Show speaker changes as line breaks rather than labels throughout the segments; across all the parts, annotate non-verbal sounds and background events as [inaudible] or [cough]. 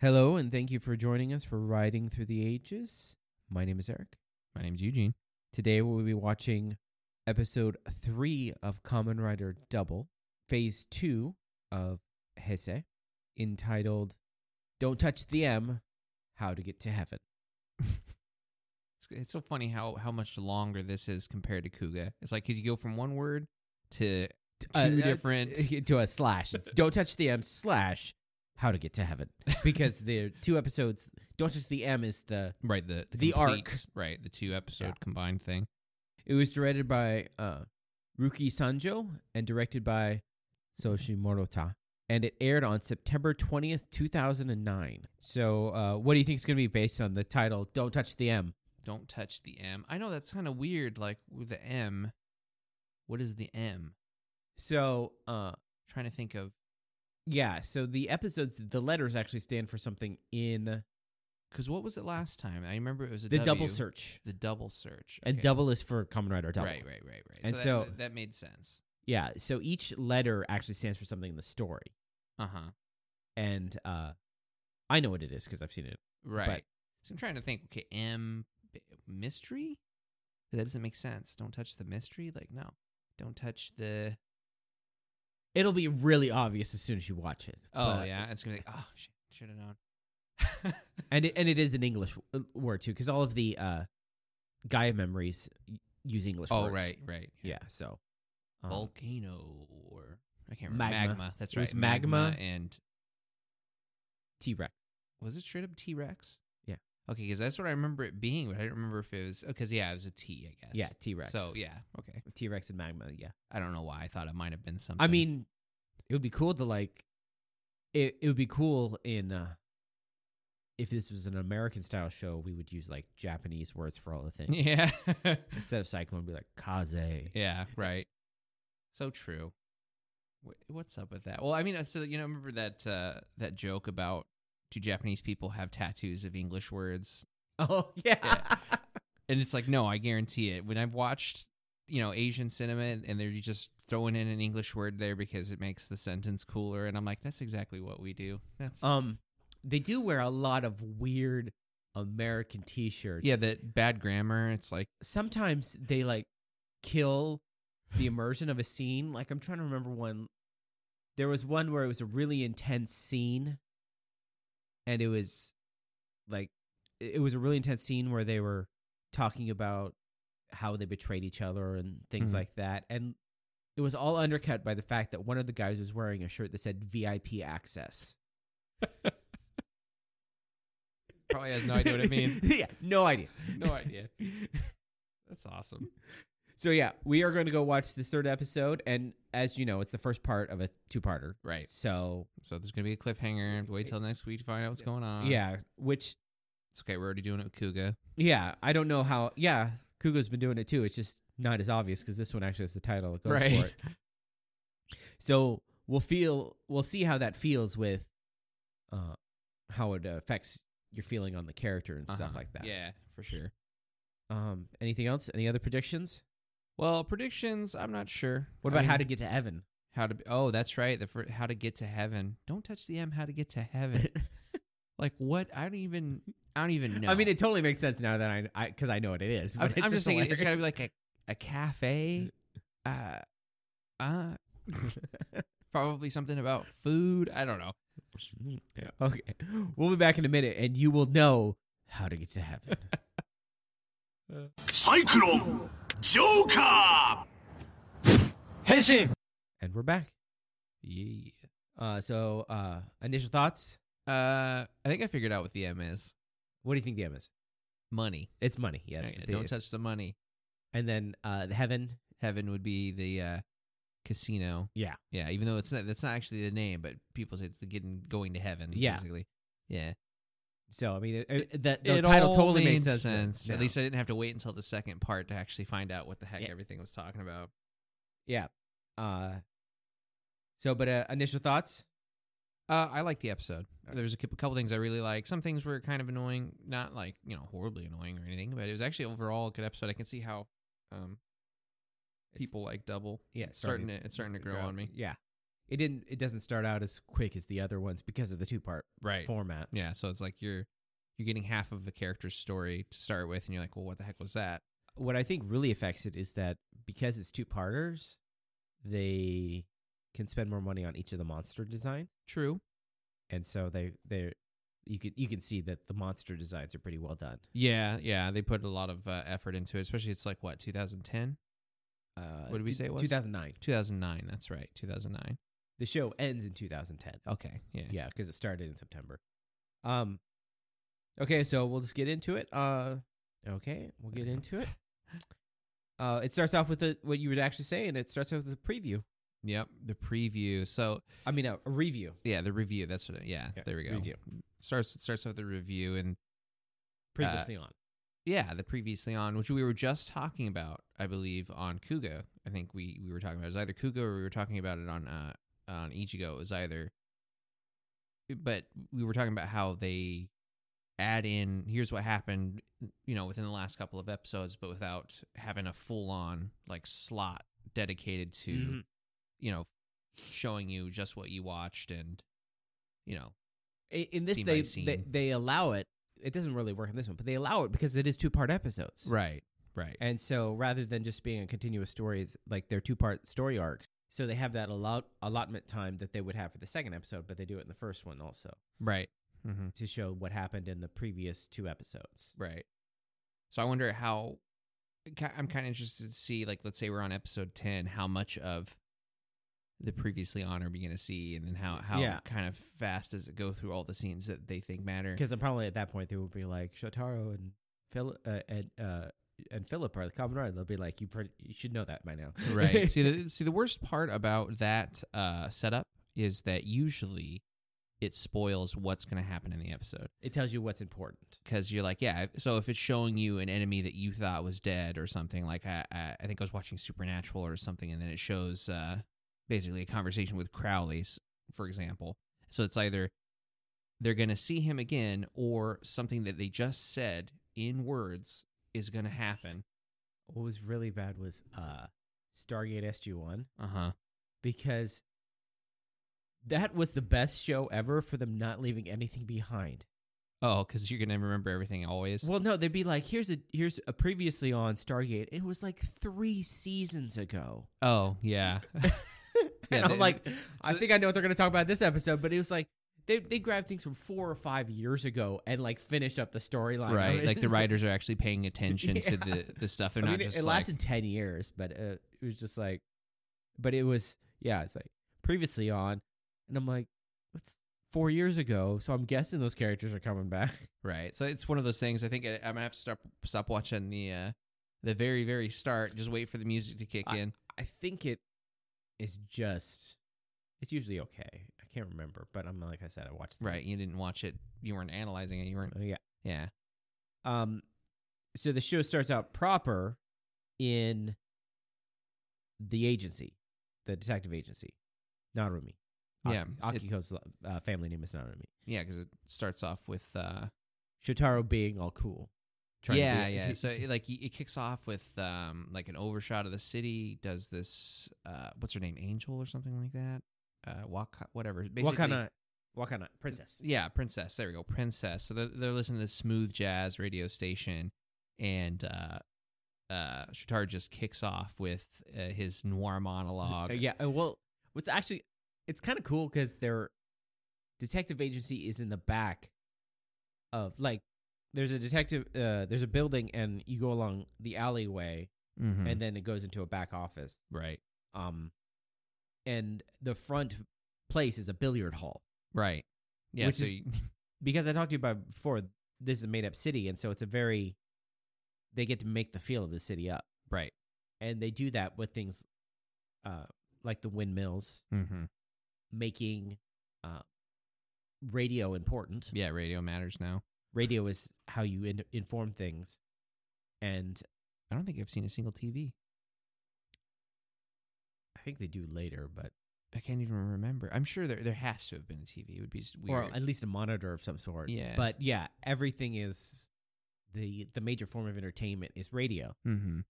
Hello, and thank you for joining us for Riding Through the Ages. My name is Eric.
My name's Eugene.
Today we'll be watching episode three of Common Rider Double, phase two of Hesse, entitled Don't Touch the M How to Get to Heaven.
It's, it's so funny how how much longer this is compared to Kuga. It's like 'cause you go from one word to two
Uh, uh,
different.
[laughs] to a
[laughs]
slash. It's Don't Touch the M slash How to Get to Heaven. Because the two episodes, Don't Touch the M is the
Right, the the,
the arc.
complete- right, the two episode
Yeah.
combined thing.
It was directed by uh, Ruki Sanjo and directed by Soshi Morota. And it aired on September 20th, 2009. So, uh, what do you think is going to be based on the title, Don't Touch the M?
Don't touch the M. I know that's kind of weird. Like with the M, what is the M?
So, uh,
trying to think of
yeah, so the episodes, the letters actually stand for something in
because what was it last time? I remember it was a
the double
W.
search.
The double search
And
okay.
double is for Common Rider Double.
Right, right, right, right.
And
so, that-
so-
that, that made sense.
Yeah, so each letter actually stands for something in the story.
Uh huh.
And uh, I know what it is because I've seen it.
Right. so I'm trying to think. Okay, M b- mystery. That doesn't make sense. Don't touch the mystery. Like no, don't touch the.
It'll be really obvious as soon as you watch it.
Oh
but-
yeah, it's gonna be. like, Oh shit, should [laughs] have known.
and it, and it is an English w- word too, because all of the uh, Gaia memories y- use English.
oh
words.
right, right.
yeah. So um,
Volcano or I can't remember.
Magma.
Uh-huh. Magma. That's
It
right.
was magma.
and
T Rex.
was it straight up T Rex?
Yeah.
Okay, because that's what I remember it being, but I don't remember if it was. Oh, because yeah, it was a T, I guess.
Yeah, T Rex.
So yeah, okay.
T Rex and magma. Yeah,
I don't know why I thought it might have been something.
I mean, it would be cool to like. It it would be cool in uh, if this was an American style show, we would use like Japanese words for all the things
[laughs] yeah,
[laughs] instead of cyclone, we'd be like kaze.
[laughs] Yeah, right. So true. Wh- What's up with that? Well, I mean, uh, so you know, remember that uh, that joke about do Japanese people have tattoos of English words?
[laughs] Oh yeah.
And it's like, no, I guarantee it. When I've watched, you know, Asian cinema, and they're just throwing in an English word there because it makes the sentence cooler, and I'm like, that's exactly what we do. That's
Um, they do wear a lot of weird American T-shirts.
yeah, that bad grammar. It's like
sometimes they like kill
[laughs]
the immersion of a scene. Like I'm trying to remember one. There was one where it was a really intense scene, and it was like it it was a really intense scene where they were talking about how they betrayed each other and things
Mhm.
like that, and it was all undercut by the fact that one of the guys was wearing a shirt that said VIP access.
probably has no idea what it means.
[laughs] yeah, no idea.
[laughs] no [laughs] idea. That's awesome.
So yeah, we are going to go watch this third episode, and as you know, it's the first part of a two-parter.
Right.
So
So there's gonna be a cliffhanger. Wait till next week to find out what's going on.
yeah, which
It's okay. We're already doing it with Kuga.
yeah, I don't know how. Yeah, Kugo's been doing it too. It's just not as obvious because this one actually has the title. It goes for it.
[laughs]
So we'll feel we'll see how that feels with uh, how it affects your feeling on the character and stuff
Uh-huh.
like that.
Yeah, for sure.
Um. Anything else? Any other predictions?
Well, predictions. I'm not sure.
What
I
about how to
mean,
get to [laughs]
[laughs]
heaven?
how to? Be, oh, that's right. The fir- how to get to heaven. Don't touch the M. How to get to [laughs] heaven? like what? I don't even. I don't even know.
I mean, it totally makes sense now that I I because I know what it is.
I'm,
But
I'm
it's
just, thinking
hilarious.
it's gotta be like a a [laughs] cafe. Uh, uh, probably something about food. I don't know. Mm-hmm.
Okay. We'll be back in a minute and you will know how to get to heaven.
[laughs]
サイクロンジョーカー変身
and we're back.
Yeah.
Uh, so, uh, initial thoughts.
Uh, I think I figured out what the M is.
What do you think the M is?
Money.
It's money. Yeah. it's
Okay,
the-
don't touch the money.
And then uh, the heaven.
Heaven would be the uh, casino.
Yeah.
yeah. Even though it's not, that's not actually the name, but people say it's the getting going to heaven.
Yeah.
basically. Yeah.
So, I mean, it, it, the, the
It
title
all
totally
made
makes sense. now.
At least I didn't have to wait until the second part to actually find out what the heck
Yeah.
everything was talking about.
yeah. Uh, so, but uh, initial thoughts.
Uh, I like the episode.
Okay.
There was a cou- couple things I really like. Some things were kind of annoying, not like you know horribly annoying or anything, but it was actually overall a good episode. I can see how um,
It's-
people like double.
Yeah.
it's starting to it's starting to grow on me.
Yeah. it didn't it doesn't start out as quick as the other ones because of the two part
Right.
formats.
Yeah, so it's like you're you're getting half of a character's story to start with, and you're like, well, what the heck was that?
What I think really affects it is that because it's two parters, they can spend more money on each of the monster designs,
True.
and so they they you can you can see that the monster designs are pretty well done.
Yeah, yeah, they put a lot of uh, effort into it, especially it's like what 2010,
Uh,
What did we say it was?
2009.
2009. That's right, 2009.
The show ends in 2010.
Okay, yeah,
Yeah, because it started in September. Um, okay, so we'll just get into it. Uh, okay, we'll get into
[laughs]
it. Uh, it starts off with a, what you would actually say, and it starts off with a preview.
Yep, the preview. So
I mean, a, a review.
yeah, the review. That's what. It, yeah,
Yeah,
there we go.
review.
Starts starts off with the review, and Uh,
Previously on.
yeah, the previously on, which we were just talking about, I believe, on Kugo. I think we we were talking about it was either Kugo or we were talking about it on uh on Ichigo. It was either, but we were talking about how they add in here's what happened, you know, within the last couple of episodes, but without having a full on like slot dedicated to
Mhm.
you know showing you just what you watched and you know
I- In this,
Scene
they,
by scene.
they they allow it. It doesn't really work in this one, but they allow it because it is two part episodes.
right right
And so rather than just being a continuous story, it's like they're two part story arcs. So they have that allot- allotment time that they would have for the second episode, but they do it in the first one also
right mm-hmm.
to show what happened in the previous two episodes.
Right. So I wonder how ki- I'm kind of interested to see like let's say we're on episode 10 how much of the previously on are we going to see and then how how
Yeah.
kind of fast does it go through all the scenes that they think matter. [laughs]
Because I'm probably at that point they would be like Shotaro and Phil uh, and uh, and Philip are the common rider. They'll be like you. Pre- you should know that by now, [laughs]
right. see the see the worst part about that uh setup is that usually it spoils what's going to happen in the episode
it tells you what's important.
because you're like yeah so if it's showing you an enemy that you thought was dead or something like I, I I think I was watching Supernatural or something and then it shows uh basically a conversation with Crowley s- for example so it's either they're going to see him again or something that they just said in words is going to happen
What was really bad was uh, Stargate SG One
uh-huh
because that was the best show ever for them not leaving anything behind.
oh cuz you're going to remember everything always
Well, no, they'd be like, here's a here's a previously on Stargate. It was like three seasons ago.
oh yeah
[laughs] and
Yeah,
I'm
they-
like, I
so-
think I know what they're going to talk about this episode, but it was like they they grabbed things from four or five years ago and like finished up the storyline, of
right
it.
like
[laughs]
the
It's
writers are actually paying attention to
[laughs] Yeah.
the the stuff they're
I
not
mean, it-
just
it
like-
lasted ten years, but uh, it was just like, but it was yeah, it's like previously on, and I'm like, that's four years ago, so I'm guessing those characters are coming back. [laughs]
Right. So it's one of those things. I think I, I'm gonna have to stop stop watching the uh, the very very start. Just wait for the music to kick in.
I think it is just it's usually okay. I can't remember, but I'm like I said, I watched the-
Right. You didn't watch it. You weren't analyzing it. You weren't.
Oh, yeah,
Yeah.
um so the show starts out proper in the agency the detective agency narumi Aki-
Yeah, it-
akiko's uh, family name is narumi
Yeah. Because it starts off with. Uh,
shotaro being all cool trying
yeah,
to be, [laughs]
yeah. So it, like y- it kicks off with um like an overshot of the city. Does this uh what's her name Angel or something like that? Uh, Waka, whatever.
what
Basically-
kind of what kind of princess
Yeah, Princess. There we go, Princess. So they're, they're listening to this smooth jazz radio station, and uh, uh, Shutar just kicks off with uh, his noir monologue.
Uh, yeah uh, well what's actually it's kind of cool because their detective agency is in the back of like there's a detective uh there's a building and you go along the alleyway
Mhm.
and then it goes into a back office
right,
um and the front place is a billiard hall
right. Yeah,
Which
so
is-
you-
because i talked to you about before this is a made up city and so it's a very they get to make the feel of the city up
[laughs] right.
and they do that with things uh like the windmills
Mm-hmm.
making uh radio important
Yeah, radio matters now.
radio is how you in- inform things and
I don't think I've seen a single TV.
i think they do later but
I can't even remember. I'm sure there there has to have been a TV. It would be s- weird.
or at least a monitor of some sort
Yeah.
but yeah everything is the the major form of entertainment is radio
mm-hmm.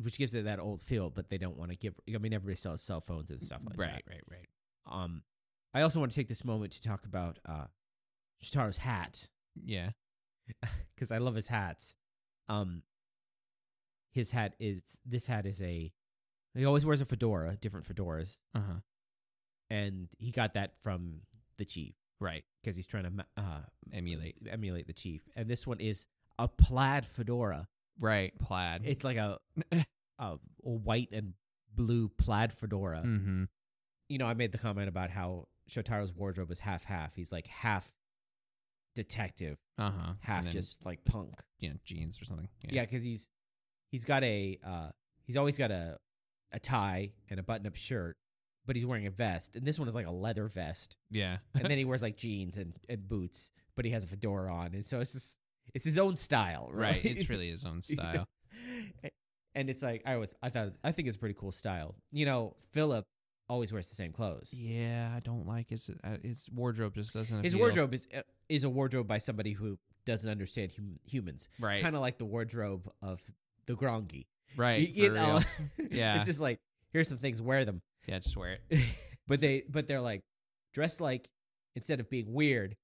which gives it that old feel, but they don't want to give. I mean, everybody still has cell phones and stuff like
right, right, right.
that. Um, I also want to take this moment to talk about uh, Shitaro's hat [laughs]
Yeah.
because I love his hats. Um, his hat is this hat is a he always wears a fedora, different fedoras,
Uh huh.
and he got that from the chief
Right.
because he's trying to ma- uh,
Emulate.
emulate the chief. And this one is a plaid fedora.
Right. Plaid.
It's like [laughs] a a, a white and blue plaid fedora.
mm-hmm.
You know, I made the comment about how Shotaro's wardrobe is half half. He's like half detective,
Uh huh.
half just like punk.
you know, jeans or something.
Yeah, because he's he's got a uh, he's always got a a tie and a button up shirt, but he's wearing a vest, and this one is like a leather vest,
Yeah.
and then he wears like jeans and, and boots, but he has a fedora on, and so it's just it's his own style,
right.
right?
It's really
[laughs]
his own style.
and it's like I was I thought I think it's a pretty cool style. You know, Philip always wears the same clothes.
Yeah, I don't like his uh, his wardrobe. Just doesn't
His
appeal.
wardrobe is uh, is a wardrobe by somebody who doesn't understand hum- humans,
Right.
kind of like the wardrobe of the Grongi.
right.
You- you
for
know? [laughs]
real. [laughs] Yeah.
it's just like here's some things, wear them. [laughs]
yeah. Just wear it. [laughs]
but they but they're like dress like instead of being weird,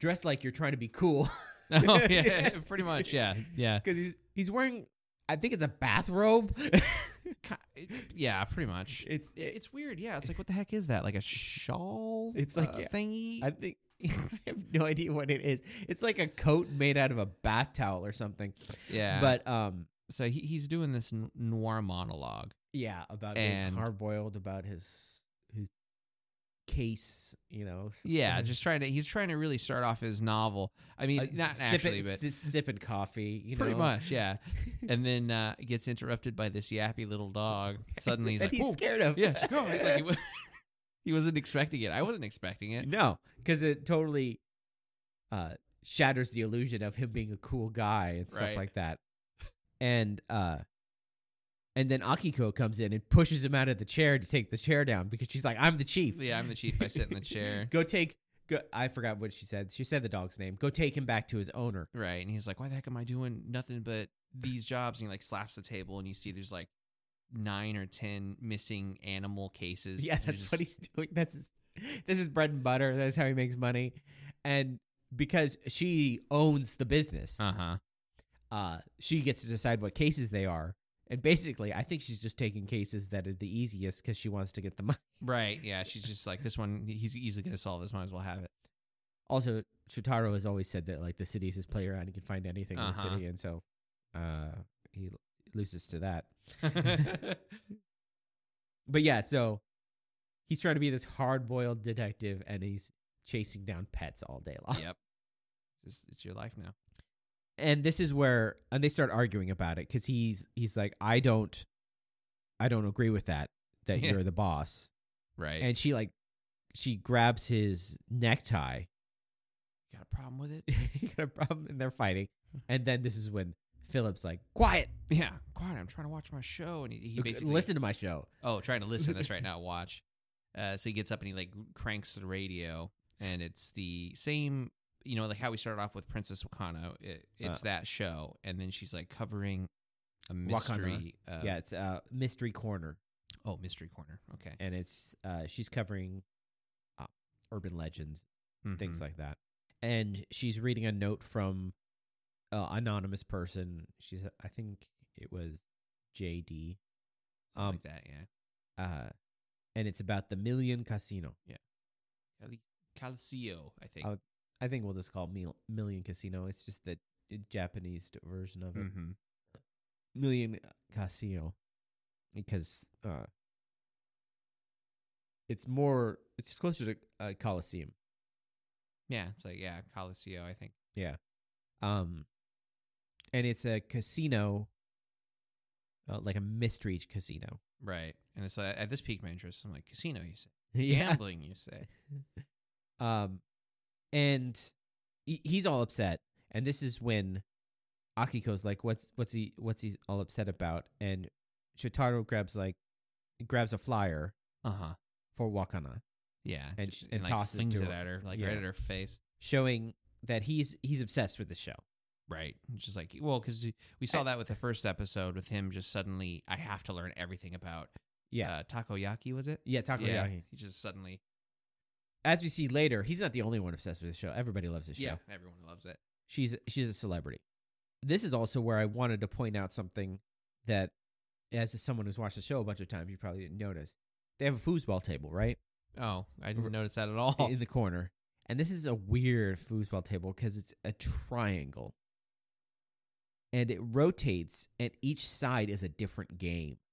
dress like you're trying to be cool [laughs]
oh yeah. [laughs] Pretty much. Yeah. Yeah.
because he's he's wearing I think it's a bathrobe. [laughs]
Ki- Yeah. Pretty much.
it's
I- It's weird. Yeah. It's like what the heck is that? Like a shawl?
It's like,
uh,
yeah,
thingy.
I think [laughs] I have no idea what it is. It's like a coat made out of a bath towel or something.
yeah.
But um
so he, he's doing this n- noir monologue.
yeah, about
And-
being hard-boiled about his his case, you know. s-
Yeah,
uh,
just trying to. He's trying to really start off his novel. I mean,
uh,
not
sip
actually,
it,
but
si- sipping coffee, you
pretty
know. [laughs]
much. Yeah. and then uh, gets interrupted by this yappy little dog.
[laughs]
Suddenly he's
that
like,
he's
"Whoa,
scared of.
yeah, it's a
[laughs]
dog." Like, he, wa- [laughs] he wasn't expecting it. I wasn't expecting it.
No, because it totally uh, shatters the illusion of him being a cool guy and stuff
Right.
like that. And uh, and then Akiko comes in and pushes him out of the chair to take the chair down because she's like, "I'm the chief.
Yeah, I'm the chief. I sit in the chair.
[laughs] go take." Go, I forgot what she said. She said the dog's name. Go take him back to his owner.
Right. And he's like, why the heck am I doing nothing but these jobs? And he like slaps the table and you see there's like nine or 10 missing animal cases.
Yeah,
And you're
that's what
just-
he's doing. That's his, this is bread and butter. That's how he makes money. And because she owns the business,
Uh huh.
uh, she gets to decide what cases they are. And basically, I think she's just taking cases that are the easiest because she wants to get the money.
Right. Yeah. She's just like, this one, he's easily going to solve this. Might as well have it.
[laughs] Also, Shotaro has always said that like the city is his playground; he can find anything in
Uh-huh.
the city, and so uh, he l- loses to that.
[laughs]
But yeah, so he's trying to be this hard-boiled detective, and he's chasing down pets all day long.
yep. It's, it's your life now.
and this is where and they start arguing about it because he's he's like i don't i don't agree with that that
[laughs] Yeah.
you're the boss
Right.
and she like she grabs his necktie [laughs]
got a problem with it?
you got a problem and they're fighting and then this is when philip's like quiet
Yeah. Quiet. I'm trying to watch my show. And he, he basically
listen to my show
Oh, trying to listen. That's
[laughs]
right, not watch. Uh, so he gets up and he like cranks the radio, and it's the same. You know, like how we started off with Princess Wakano. It, it's
Uh.
that show, and then she's like covering a mystery. Uh,
yeah it's uh mystery corner
Oh, mystery corner. Okay.
and it's uh she's covering uh, urban legends
Mm-hmm.
things like that. And she's reading a note from uh, anonymous person. She's I think it was JD.
Something
Um,
like that. Yeah.
uh, and it's about the Million Casino.
Cali- Calcio, I think.
Oh, I think we'll just call it Mil- Million Casino. It's just the uh, Japanese d- version of it.
mm-hmm.
Million Casino because uh, it's more it's closer to uh, Coliseum.
Yeah, it's like yeah, Calcio, I think.
Um, and it's a casino, uh, like a mystery casino. [laughs]
Right. And so at this piqued my interest. I'm like, casino, you say?
Yeah.
Gambling, you say?
Um, and he, he's all upset, and this is when Akiko's like, "What's what's he what's he all upset about?" And Shotaro grabs like grabs a flyer
Uh huh.
for Wakana,
Yeah.
Uh-huh. And
just-
sh- and tosses it
flings
to
it
her.
at her, like
Yeah.
right at her face.
showing that he's he's obsessed with the show.
Right. It's Just like, well, because we saw that with the first episode with him just suddenly, I have to learn everything about
Yeah,
uh, takoyaki, was it?
yeah, Takoyaki.
He just suddenly
as we see later, he's not the only one obsessed with this show. Everybody loves this show.
Yeah, everyone loves it.
She's she's a celebrity. This is also where I wanted to point out something that, as someone who's watched the show a bunch of times, you probably didn't notice. They have a foosball table, right,
Oh, I didn't notice that at all.
in the corner, and this is a weird foosball table because it's a triangle, and it rotates, and each side is a different game.
[laughs]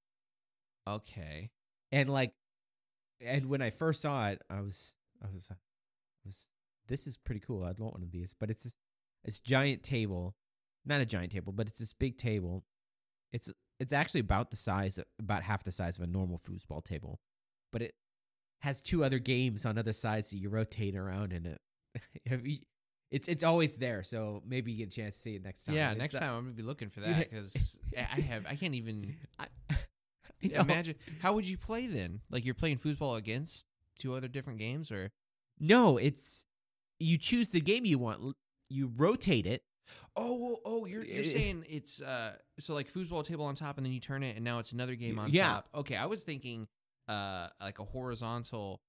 Okay.
and like and when i first saw it i was i was i was this is pretty cool i'd want one of these but it's this- it's giant table not a giant table but it's this big table it's it's actually about the size about half the size of a normal foosball table but it has two other games on other sides that you rotate around in it [laughs] Have you- it's it's always there so maybe you get a chance to see it next time
Yeah,
It's,
next
uh, [laughs]
time I'm gonna be looking for [laughs]
Yeah.
that because I
It's-
have I can't [laughs] even
I, I know.
imagine how would you play then? Like you're playing foosball against two other different games, or
No, it's you choose the game you want. l- You rotate it.
oh oh you're
Eh.
you're saying it's uh so like foosball table on top and then you turn it and now it's another game on
Yeah.
top. Okay, I was thinking uh like a horizontal.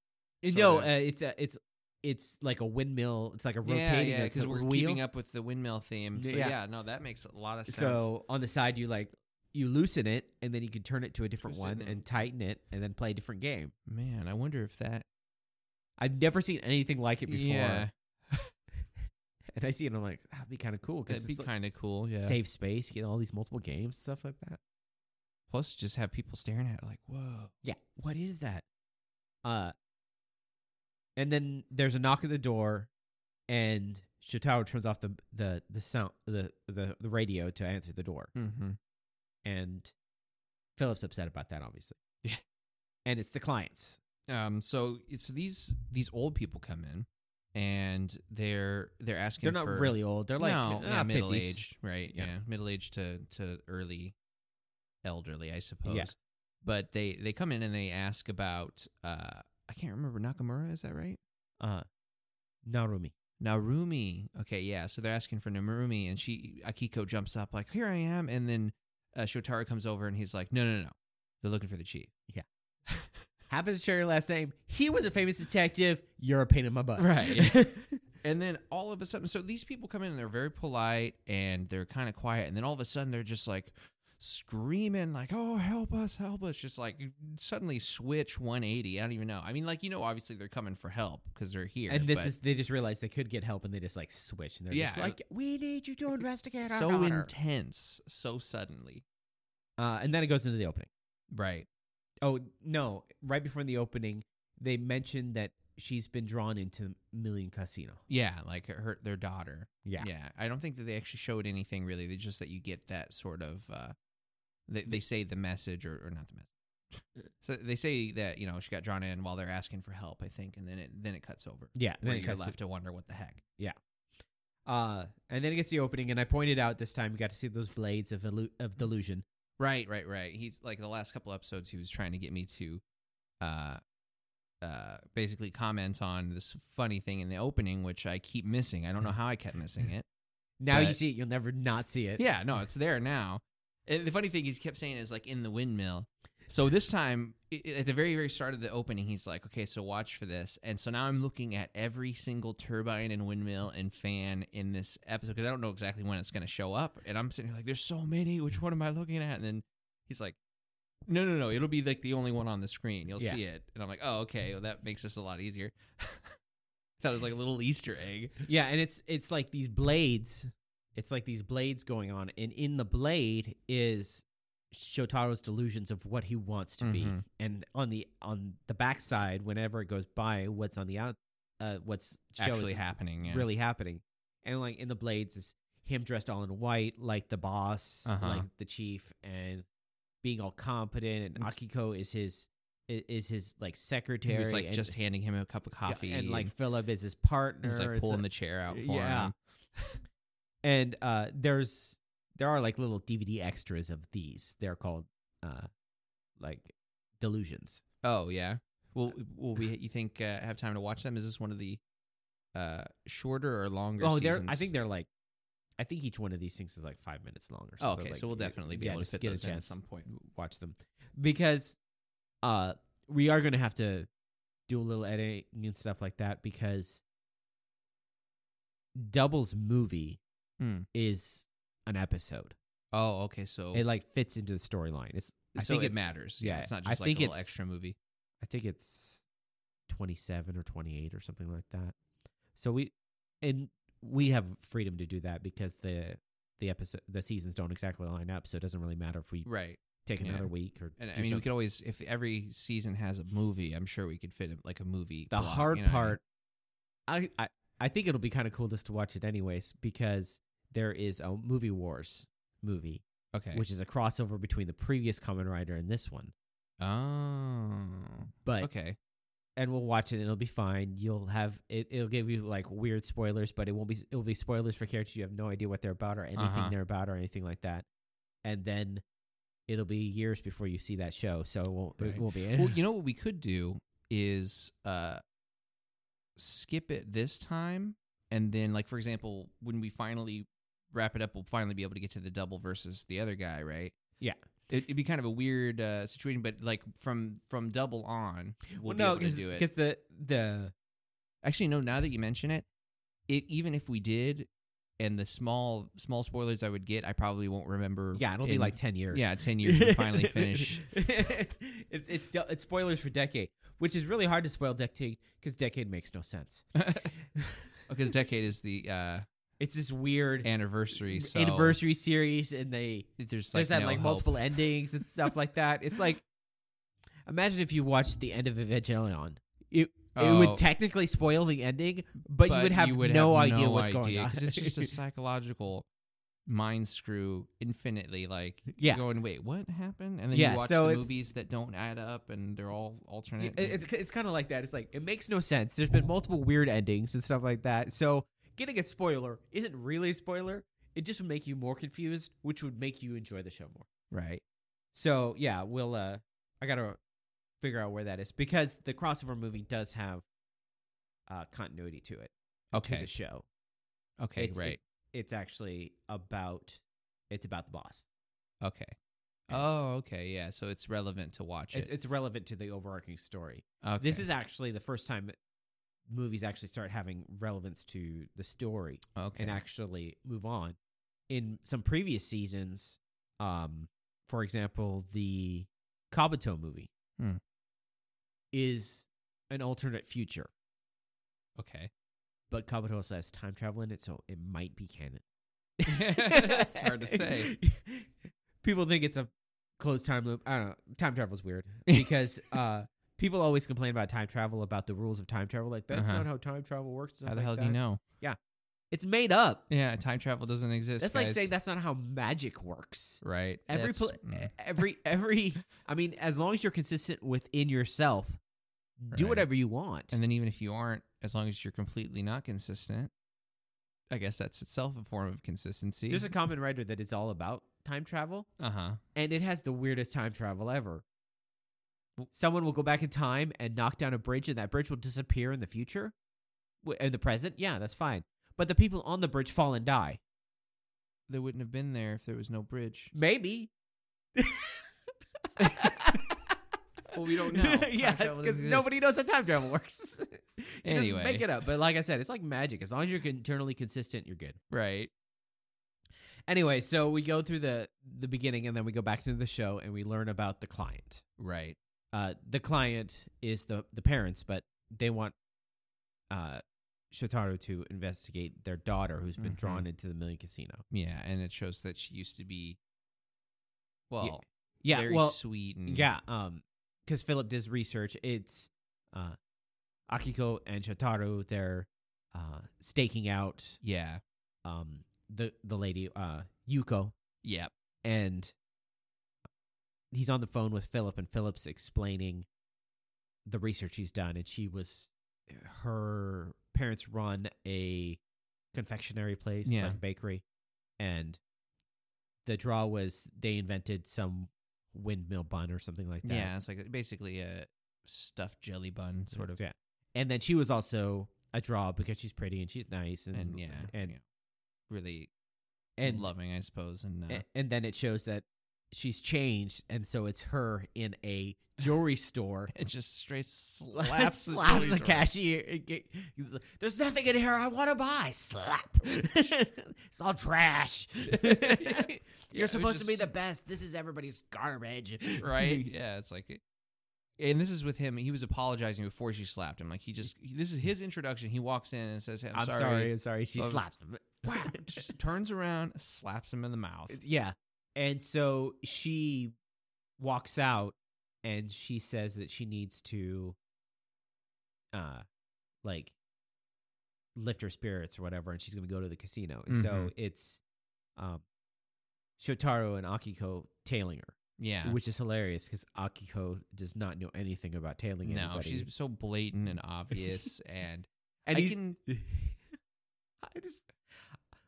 Uh,
sort
no,
of-
uh, it's a it's it's like a windmill. It's like a
yeah
rotating
yeah
like
because
a
we're
wheel.
keeping up with the windmill theme. So
Yeah.
yeah. no that makes a lot of sense.
So on the side, you like you loosen it, and then you can turn it to a different
Loosen
one
it.
and tighten it, and then play a different game.
man, I wonder if that
I've never seen anything like it before,
yeah
and I see it, and I'm like, that'd be kind of cool because
that'd be
it's like,
kind of cool. Yeah.
save space, you get all these multiple games, stuff like that.
Plus, just have people staring at it like, whoa.
Yeah, what is that? Uh and then there's a knock at the door and Shotaro turns off the the the sound the the, the radio to answer the door.
Mm-hmm.
And Philip's upset about that obviously.
Yeah.
And it's the clients.
Um, so it's these these old people come in, and they're they're asking.
They're not
for,
really old. They're like
no,
ah, 50s.
middle aged, right?
Yeah.
Yeah, middle aged to to early elderly, I suppose.
Yeah.
But they they come in and they ask about uh I can't remember Nakamura is that right?
Uh Narumi.
Narumi. Okay, yeah. So they're asking for Narumi, and she Akiko jumps up like, "Here I am!" And then uh, Shotaro comes over, and he's like, "No, no, no, no. They're looking for the chief."
Happens to share your last name. He was a famous detective. You're a pain in my butt.
Right. [laughs] And then all of a sudden, so these people come in and they're very polite and they're kind of quiet. And then all of a sudden, they're just like screaming, like, oh, help us, help us. Just like suddenly switch 180. I don't even know. I mean, like, you know, obviously they're coming for help because they're here.
and this
but
is they just realized they could get help and they just like switch and they're just
Yeah.
like, We need you to investigate our
so
daughter."
intense, so suddenly.
Uh, and then it goes into the opening.
Right.
Oh no! Right before the opening, they mentioned that she's been drawn into Million Casino.
Yeah. Like her, their daughter.
Yeah,
Yeah. I don't think that they actually showed anything really. They just that you get that sort of uh they, they say the message or, or not the message.
[laughs]
So they say that, you know, she got drawn in while they're asking for help, I think, and then it then it cuts over.
yeah. And
Where
then it
you're
cuts
left
left.
to wonder what the heck.
uh, and then it gets the opening, and I pointed out this time we got to see those blades of illu- of delusion.
Right, right, right. He's like the last couple episodes he was trying to get me to uh uh basically comment on this funny thing in the opening, which I keep missing. I don't
[laughs]
know how I kept missing it.
Now you
But-
see it, you'll never not see it.
[laughs] Yeah, no, it's there now. And the funny thing he's kept saying is like in the windmill. So this time, i- i- at the very, very start of the opening, he's like, "Okay, so watch for this." And so now I'm looking at every single turbine and windmill and fan in this episode because I don't know exactly when it's going to show up. And I'm sitting here like, "There's so many. Which one am I looking at?" And then he's like, "No, no, no. It'll be like the only one on the screen. You'll
Yeah.
see it." And I'm like, "Oh, okay. Well, that makes this a lot easier." [laughs] that was like a little Easter egg.
yeah. And it's it's like these blades. It's like these blades going on, and in the blade is Shotaro's delusions of what he wants to be,
Mhm.
and on the on the backside, whenever it goes by, what's on the out, uh, what's shown is
Actually happening. Yeah.
really happening. And like in the blades is him dressed all in white, like the boss,
Uh-huh.
like the chief, and being all competent. And
It's-
Akiko is his i- is his like
He
secretary.
was like
and,
just handing him a cup of
yeah,
coffee
and like Philip is his partner.
he's like
It's
pulling
a-
the chair out for
yeah.
him.
and uh, there's there are like little DVD extras of these. They're called uh, like delusions.
Oh yeah. Will will we? You think uh, have time to watch them? Is this one of the uh, shorter or longer?
Oh, they're
seasons?
I think they're like. I think each one of these things is like five minutes long or
Oh,
something.
okay,
like,
so we'll
y-
definitely be
yeah,
able to
just
fit
get a
those in at
chance.
some point.
watch them because uh we are going to have to do a little editing and stuff like that because Double's movie
Hmm.
is an episode.
Oh, okay. So
It like fits into the storyline. It's I
so
think
it
it's-
matters. Yeah,
yeah,
it's not
I
just like
think
a little
it's-
extra movie.
I think it's 27 or 28 or something like that. So we and we have freedom to do that because the the episode the seasons don't exactly line up, so it doesn't really matter if we
Right.
take
yeah.
another week or
And I
do
mean, we
something.
could always, if every season has a movie, I'm sure we could fit like a movie.
the
block,
hard
you know what I mean?
part I, I I think it'll be kind of cool just to watch it anyways because there is a movie wars movie
Okay.
which is a crossover between the previous Kamen Rider and this one.
oh.
But
okay.
and we'll watch it and it'll be fine. You'll have it it'll give you like weird spoilers, but it won't be it'll be spoilers for characters you have no idea what they're about or anything
Uh-huh.
they're about or anything like that. And then it'll be years before you see that show, so it won't
Right.
it won't be [laughs]
well, you know what we could do is uh skip it this time and then like for example, when we finally wrap it up, we'll finally be able to get to the double versus the other guy, right?
Yeah.
It, it'd be kind of a weird uh, situation, but like from from double on, we'll be
no,
able to do it.
because the the
Actually, no. Now that you mention it, it even if we did, and the small small spoilers I would get, I probably won't remember.
yeah, it'll be
in-
like ten years.
yeah, ten years
[laughs]
to finally finish.
it's it's de- it's spoilers for decade, which is really hard to spoil decade because decade makes no [laughs] sense.
Because Oh, decade is the uh,
It's this weird
anniversary. So
anniversary series, and they
There's like
there's that
no
like
help.
multiple endings and stuff like that. It's like imagine if you watched the end of Evangelion. It it
Oh,
would technically spoil the ending, but, you would have no idea what's going on.
'cause it's just
[laughs]
a psychological mind screw infinitely like
Yeah.
you're going wait what happened and then
Yeah,
you watch
so
the
it's-
movies that don't add up and they're all alternate
It- it's it's kind of like that. It's like it makes no sense. There's been multiple weird endings and stuff like that. So getting a spoiler isn't really a spoiler. It just would make you more confused, which would make you enjoy the show more.
right
So yeah, we'll. uh I gotta figure out where that is because the crossover movie does have uh continuity to it to
okay
the show.
okay
it's-
right
It's actually about it's about the boss.
Okay. Oh, okay. Yeah. So it's relevant to watch
It's
it.
it's relevant to the overarching story.
okay.
This is actually the first time movies actually start having relevance to the story.
okay.
and actually move on. In some previous seasons, um, for example, the Kabuto movie
Hmm.
is an alternate future,
okay.
but Kabuto also has time travel in it, so it might be canon.
It's hard to say.
[laughs] People think it's a closed time loop. I don't know. Time travel's
[laughs]
weird because uh, people always complain about time travel, about the rules of time travel. Like that's
Uh-huh.
not how time travel works. and
How
stuff
the
like
hell do
that.
you know?
It's made up.
Yeah, time travel doesn't exist.
That's like
guys.
saying that's not how magic works.
Right.
every
That's- [laughs]
pl- e,
mm.
every every i mean as long as you're consistent within yourself do
Right.
whatever you want
and then even if you aren't, as long as you're completely not consistent, I guess that's itself a form of consistency.
there's a common writer that is all about time travel
uh huh.
and it has the weirdest time travel ever someone will go back in time and knock down a bridge and that bridge will disappear in the future W- in the present yeah that's fine but the people on the bridge fall and die
They wouldn't have been there if there was no bridge.
maybe
Well, we [laughs] don't know. Time
[laughs] yeah,
travel doesn't
because
exist.
nobody knows how time travel works. [laughs] You just
Anyway.
make it up. But like I said, it's like magic. As long as you're internally consistent, you're good.
Right.
Anyway, so we go through the the beginning, and then we go back to the show, and we learn about the client.
Right.
Uh, the client is the the parents, but they want uh, Shotaro to investigate their daughter, who's been
Mhm.
drawn into the Million Casino.
Yeah, and it shows that she used to be, well,
Yeah,
very
well,
sweet and
Yeah, um, because Philip does research. It's uh, Akiko and Shotaro. They're uh, staking out
yeah,
um the the lady uh Yuko,
yeah.
and he's on the phone with Philip, and Philip's explaining the research he's done, and she was her parents run a confectionery place,
Yeah.
like a bakery, and the draw was they invented some windmill bun or something like that.
Yeah, it's like basically a stuffed jelly bun sort of.
Yeah. And then she was also a draw because she's pretty and she's nice and,
And yeah,
and
yeah. really
and
loving, I suppose. And uh,
a- and then it shows that she's changed, and so it's her in a jewelry store. [laughs]
It just straight [laughs] slaps,
slaps the
the cash.
cashier. It ge- he's like, There's nothing in here I want to buy. Slap. [laughs] it's all
[laughs]
trash. You're
was
supposed to be
just-
the best. This is everybody's garbage. [laughs]
right? yeah, it's like, and this is with him. He was apologizing before she slapped him. Like he just, this is his introduction. He walks in and says, "Hey, "I'm,
I'm, sorry. I'm sorry. She
Love-
slaps him.
[laughs] Wow! Just turns around, slaps him in the mouth.
Yeah. And so she walks out and she says that she needs to uh like lift her spirits or whatever and she's going to go to the casino. And so
Mhm.
it's um Shotaro and Akiko tailing her,
Yeah,
which is hilarious cuz Akiko does not know anything about tailing
no,
anybody.
she's so blatant and
[laughs]
obvious, and
and
I
he's-
can-
[laughs] I just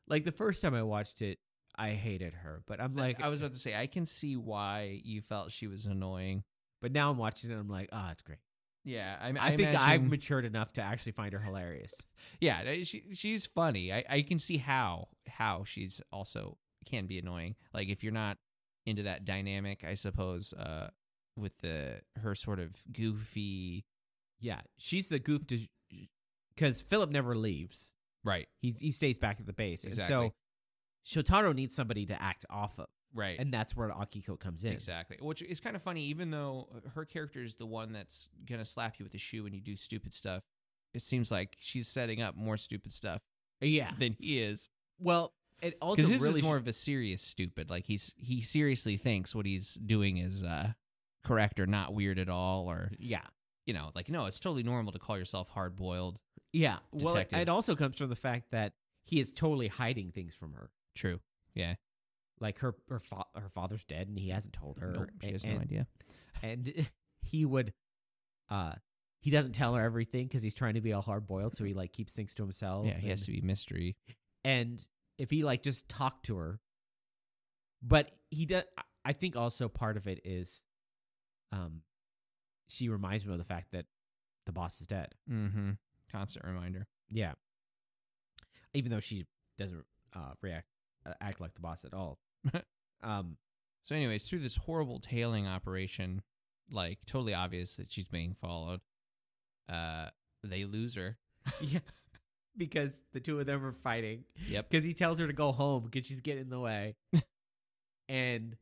like the first time I watched it, I hated her, but I'm like uh
like I was about to say, I can see why you felt she was annoying.
But now I'm watching it. I'm like, oh, it's great.
Yeah, I,
I, think I've
imagine-
matured enough to actually find her hilarious.
yeah, I- she she's funny. I I can see how how she's also can be annoying. Like if you're not into that dynamic, I suppose, uh, with the her sort of goofy,
Yeah, she's the goof to, because Philip never leaves.
right,
He he stays back at the base, and
Exactly.
so Shotaro needs somebody to act off of,
right,
and that's where Akiko comes in.
exactly. Which is kind of funny, even though uh, her character is the one that's gonna slap you with a shoe when you do stupid stuff. It seems like she's setting up more stupid stuff
Yeah.
than he is,
Well, it also
because his
really
is more of a serious stupid. Like he's he seriously thinks what he's doing is uh, correct or not weird at all, or
yeah.
you know, like no, it's totally normal to call yourself hard boiled.
Yeah. Well, it,
Detective.
it also comes from the fact that he is totally hiding things from her.
True. Yeah.
Like her her, fa- her father's dead and he hasn't told her.
Nope, she
and-
has no
and-
idea.
and [laughs] he would uh he doesn't tell her everything because he's trying to be all hard boiled so he like keeps things to himself
Yeah, he has
and,
to be mystery.
and if he like just talked to her but he does i think also part of it is um she reminds me of the fact that the boss is dead
Mm-hmm. Constant reminder.
yeah even though she doesn't uh react uh, act like the boss at
[laughs]
all um
So, anyways, through this horrible tailing operation, like totally obvious that she's being followed. Uh, they lose her.
yeah [laughs] because the two of them are fighting
Yep.
because he tells her to go home because she's getting in the
[laughs]
way. and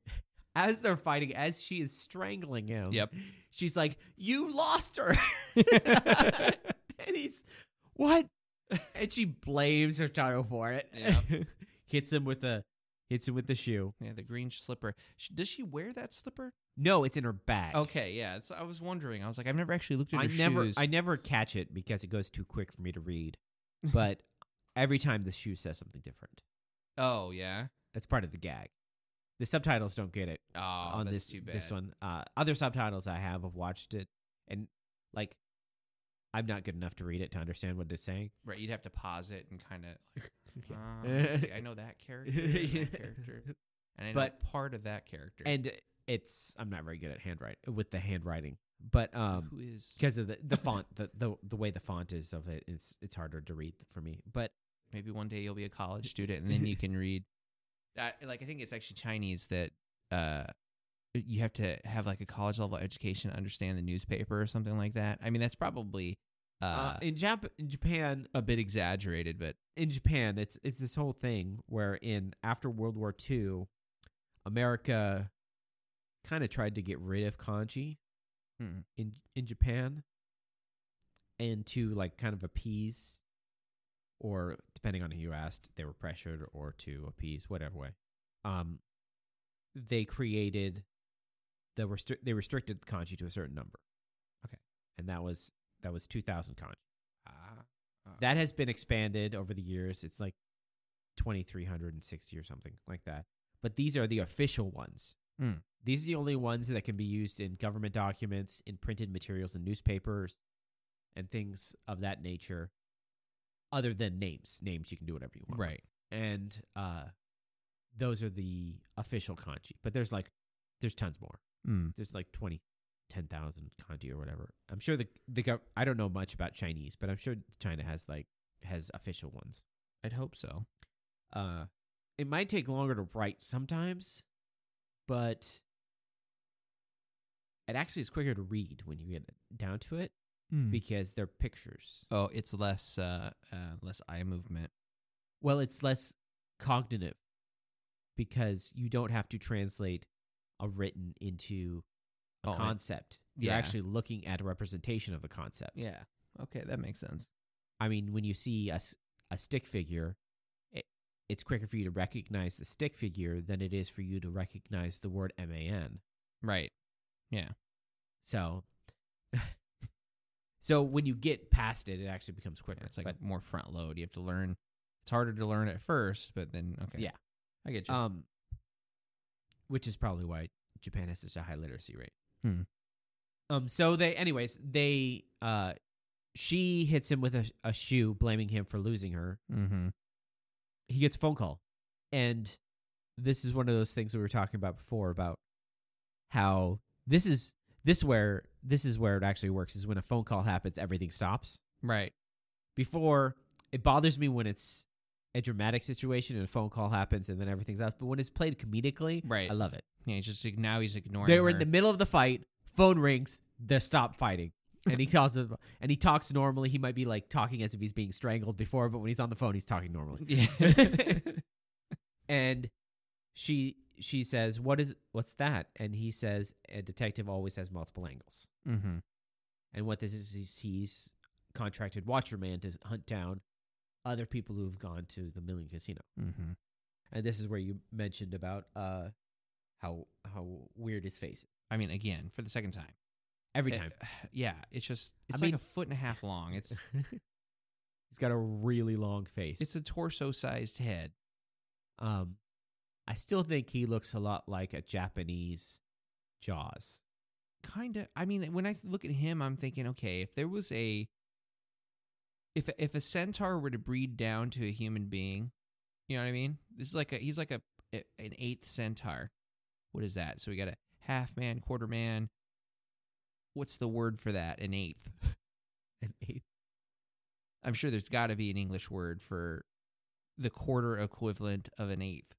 as they're fighting, as she is strangling him,
Yep.
she's like, "You lost
[laughs]
her," and he's, "What?" And she blames Hurtado for it.
Yep.
[laughs] hits him with a hits him with the shoe.
Yeah, the green slipper. Sh- Does she wear that slipper?
No, it's in her bag.
Okay, yeah. It's, I was wondering. I was like, I've never actually looked at
I
her
never
shoes.
I never catch it because it goes too quick for me to read. But
[laughs]
every time the shoe says something different.
oh yeah.
That's part of the gag. The subtitles don't get it.
Oh,
on this
that's too bad.
this one. Uh, other subtitles I have have watched it, and like I'm not good enough to read it to understand what they're saying.
[laughs] Right, you'd have to pause it and kind of
[laughs] Okay.
Uh, see,
[laughs]
I know that character, and
Yeah.
that character, and I know
But-
part of that character.
[laughs] and it's I'm not very good at handwriting with the handwriting, but um
who is
because of the, the font, the, the the way the font is of it, it's it's harder to read for me. But
maybe one day you'll be a college student and
[laughs]
then you can read. I, like I think it's actually Chinese that uh, you have to have like a college level education to understand the newspaper or something like that. I mean that's probably uh,
uh, in Jap- in Japan,
a bit exaggerated, but
in Japan, it's it's this whole thing where in after World War II, America kind of tried to get rid of kanji
Hmm.
in in Japan, and to like kind of appease, or depending on who you asked, they were pressured or to appease whatever way. Um, they created the restri- they restricted the kanji to a certain number.
Okay.
and that was that was two thousand kanji. Ah,
uh,
That has been expanded over the years. It's like 2360 or something like that. But these are the official ones.
Hmm.
These are the only ones that can be used in government documents, in printed materials and newspapers, and things of that nature, other than names. Names, you can do whatever you want.
right.
And uh, those are the official kanji. But there's like, there's tons more
Mm.
there's like 20 10,000 kanji or whatever. I'm sure the the gov- I don't know much about Chinese, but I'm sure China has like has official ones.
I'd hope so.
Uh it might take longer to write sometimes but it actually is quicker to read when you get down to it
Hmm.
because they're pictures.
Oh, it's less uh, uh less eye movement.
Well, it's less cognitive because you don't have to translate a written into a
Oh, it-
concept. You're
yeah.
actually looking at a representation of the concept.
Yeah. Okay, that makes sense.
I mean, when you see a, s- a stick figure, it, it's quicker for you to recognize the stick figure than it is for you to recognize the word MAN.
Right.
So, [laughs] so when you get past it, it actually becomes quicker.
Yeah, it's like
But,
more front load. You have to learn. It's harder to learn at first, but then okay.
Yeah.
I get you.
um, which is probably why Japan has such a high literacy rate.
Hmm.
Um. So they, anyways, they, uh, she hits him with a, a shoe, blaming him for losing her.
mm-hmm.
he gets a phone call and this is one of those things we were talking about before about how this is this where this is where it actually works is when a phone call happens everything stops
Right.
before it bothers me when it's a dramatic situation and a phone call happens and then everything's up but when it's played comedically
Right.
i love it
Yeah. He's just ig- now he's ignoring.
they were in
her. [laughs]
the middle of the fight phone rings they stop fighting and he [laughs] tells them and he talks normally he might be like talking as if he's being strangled before but when he's on the phone he's talking normally [laughs]
Yeah.
and she she says what is what's that and he says a detective always has multiple angles
mm-hmm.
and what this is he's, he's contracted watcherman to hunt down other people who've gone to the million casino
Mm-hmm.
and this is where you mentioned about uh how how weird his face is.
I mean, again, for the second time.
every
Eh,
time
[sighs] yeah. It's just.
I
It's like
mean-
a foot and a half long.
[laughs]
It's
he's got a really long face
it's a torso sized head.
um i still think he looks a lot like a japanese jaws
kind of i mean when i look at him i'm thinking okay if there was a if if a centaur were to breed down to a human being you know what i mean this is like a he's like a an eighth centaur what is that so we got a half man quarter man what's the word for that an eighth [laughs]
an eighth
i'm sure there's got to be an english word for the quarter equivalent of an eighth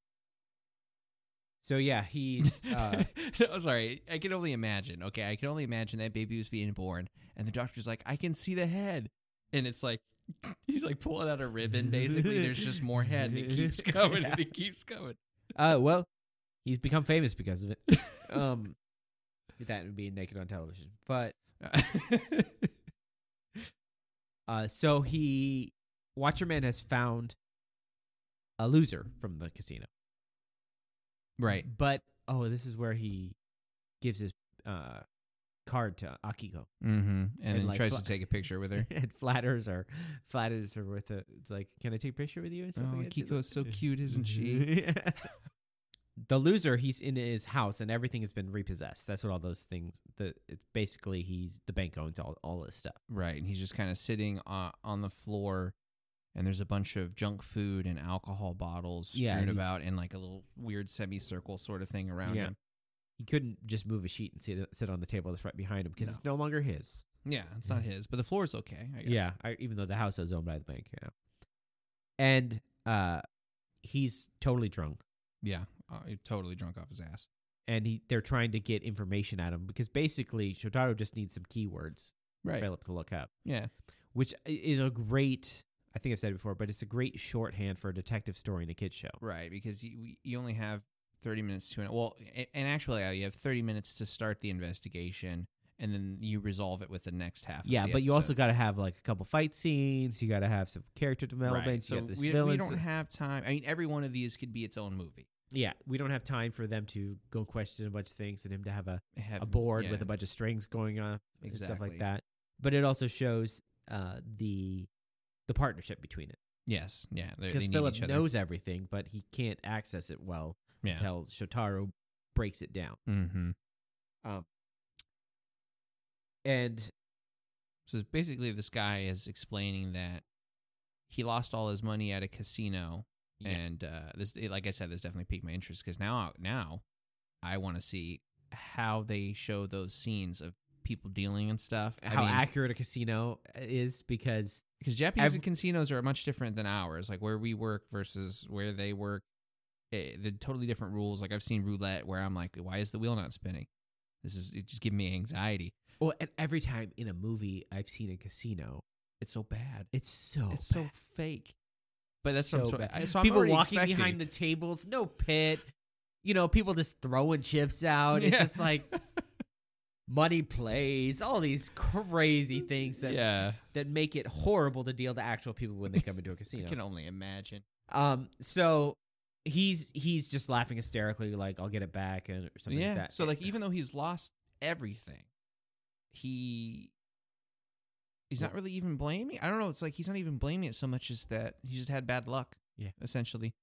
so yeah
[laughs]
he's uh
no, sorry. I can only imagine. Okay, I can only imagine that baby was being born, and the doctor's like, "I can see the head," and it's like [laughs] he's like pulling out a ribbon. Basically, there's just more head, and
[laughs]
it keeps coming, and it keeps coming.
Uh, well, he's become famous because of
[laughs]
it. um, that would be naked on television. But uh, so he Watcherman has found a loser from the casino,
right.
but oh, this is where he gives his uh card to Akiko [laughs]
Mm-hmm. And, then
like,
tries
fl-
to take a picture with her.
and flatters her, flatters her with a. It's like, can I take a picture with you? Or
Oh,
[laughs] something? It's-
Kiko's
[laughs]
so cute, isn't she?
Mm-hmm. the loser, he's in his house and everything has been repossessed. That's what all those things. The it's basically he's the bank owns all all this stuff.
Right. And he's just kind of sitting uh, on the floor, and there's a bunch of junk food and alcohol bottles strewn
Yeah, he's-
about in like a little weird semicircle sort of thing around
Yeah.
him.
He couldn't just move a sheet and sit sit on the table that's right behind him because it's no longer his.
Yeah, it's not his, but the floor's okay. I guess.
Yeah, I, even though the house is owned by the bank. Yeah, and uh, he's totally drunk,
Yeah, uh, he totally drunk off his ass.
and he they're trying to get information out of him because basically Shotaro just needs some keywords for Philip to look up.
Yeah.
which i- is a great I think I've said it before, but it's a great shorthand for a detective story in a kid's show.
Right, because you we- you only have thirty minutes to an well, a- and actually uh, you have thirty minutes to start the investigation, and then you resolve it with the next half.
Yeah,
of the
but you also
episode.
got to have like a couple fight scenes. You got to have some character development.
right.
you
So
have this
we, we
villain.
don't have time. I mean, every one of these could be its own movie.
yeah, we don't have time for them to go question a bunch of things and him to have a,
Have,
a board
yeah,
with a bunch of strings going on and stuff
Exactly.
like that. But it also shows uh, the the partnership between it
Yes, yeah, they- they
because
need
Philip
each other.
knows everything, but he can't access it well
Yeah.
until Shotaro breaks it down.
Mm-hmm.
And
So it's basically, this guy is explaining that he lost all his money at a casino
yeah,
and uh, this it- like I said, this definitely piqued my interest because now now I want to see how they show those scenes of people dealing and stuff.
how accurate a casino uh, is because
because Japanese
ev-
casinos are much different than ours, like where we work versus where they work. eh, the totally different rules. Like I've seen roulette where I'm like, why is the wheel not spinning? This is it just giving me anxiety.
Well, and every time in a movie I've seen a casino,
It's so bad.
it's so
it's
bad.
so fake. Oh, But that's what I'm,
So
so,
bad.
I- so I'm
people
already
walking
expecting-
behind the tables, no pit. You know, people just throwing chips out. It's
Yeah.
just like money plays, all these crazy things that
yeah.
that make it horrible to deal to actual people when they come
[laughs]
into a casino.
I can only imagine.
Um, so he's he's just laughing hysterically, like I'll get it back and or something
yeah.
like that.
So like even though he's lost everything, he he's not really even blaming. I don't know. It's like he's not even blaming it so much as that he just had bad luck.
Yeah.
Essentially.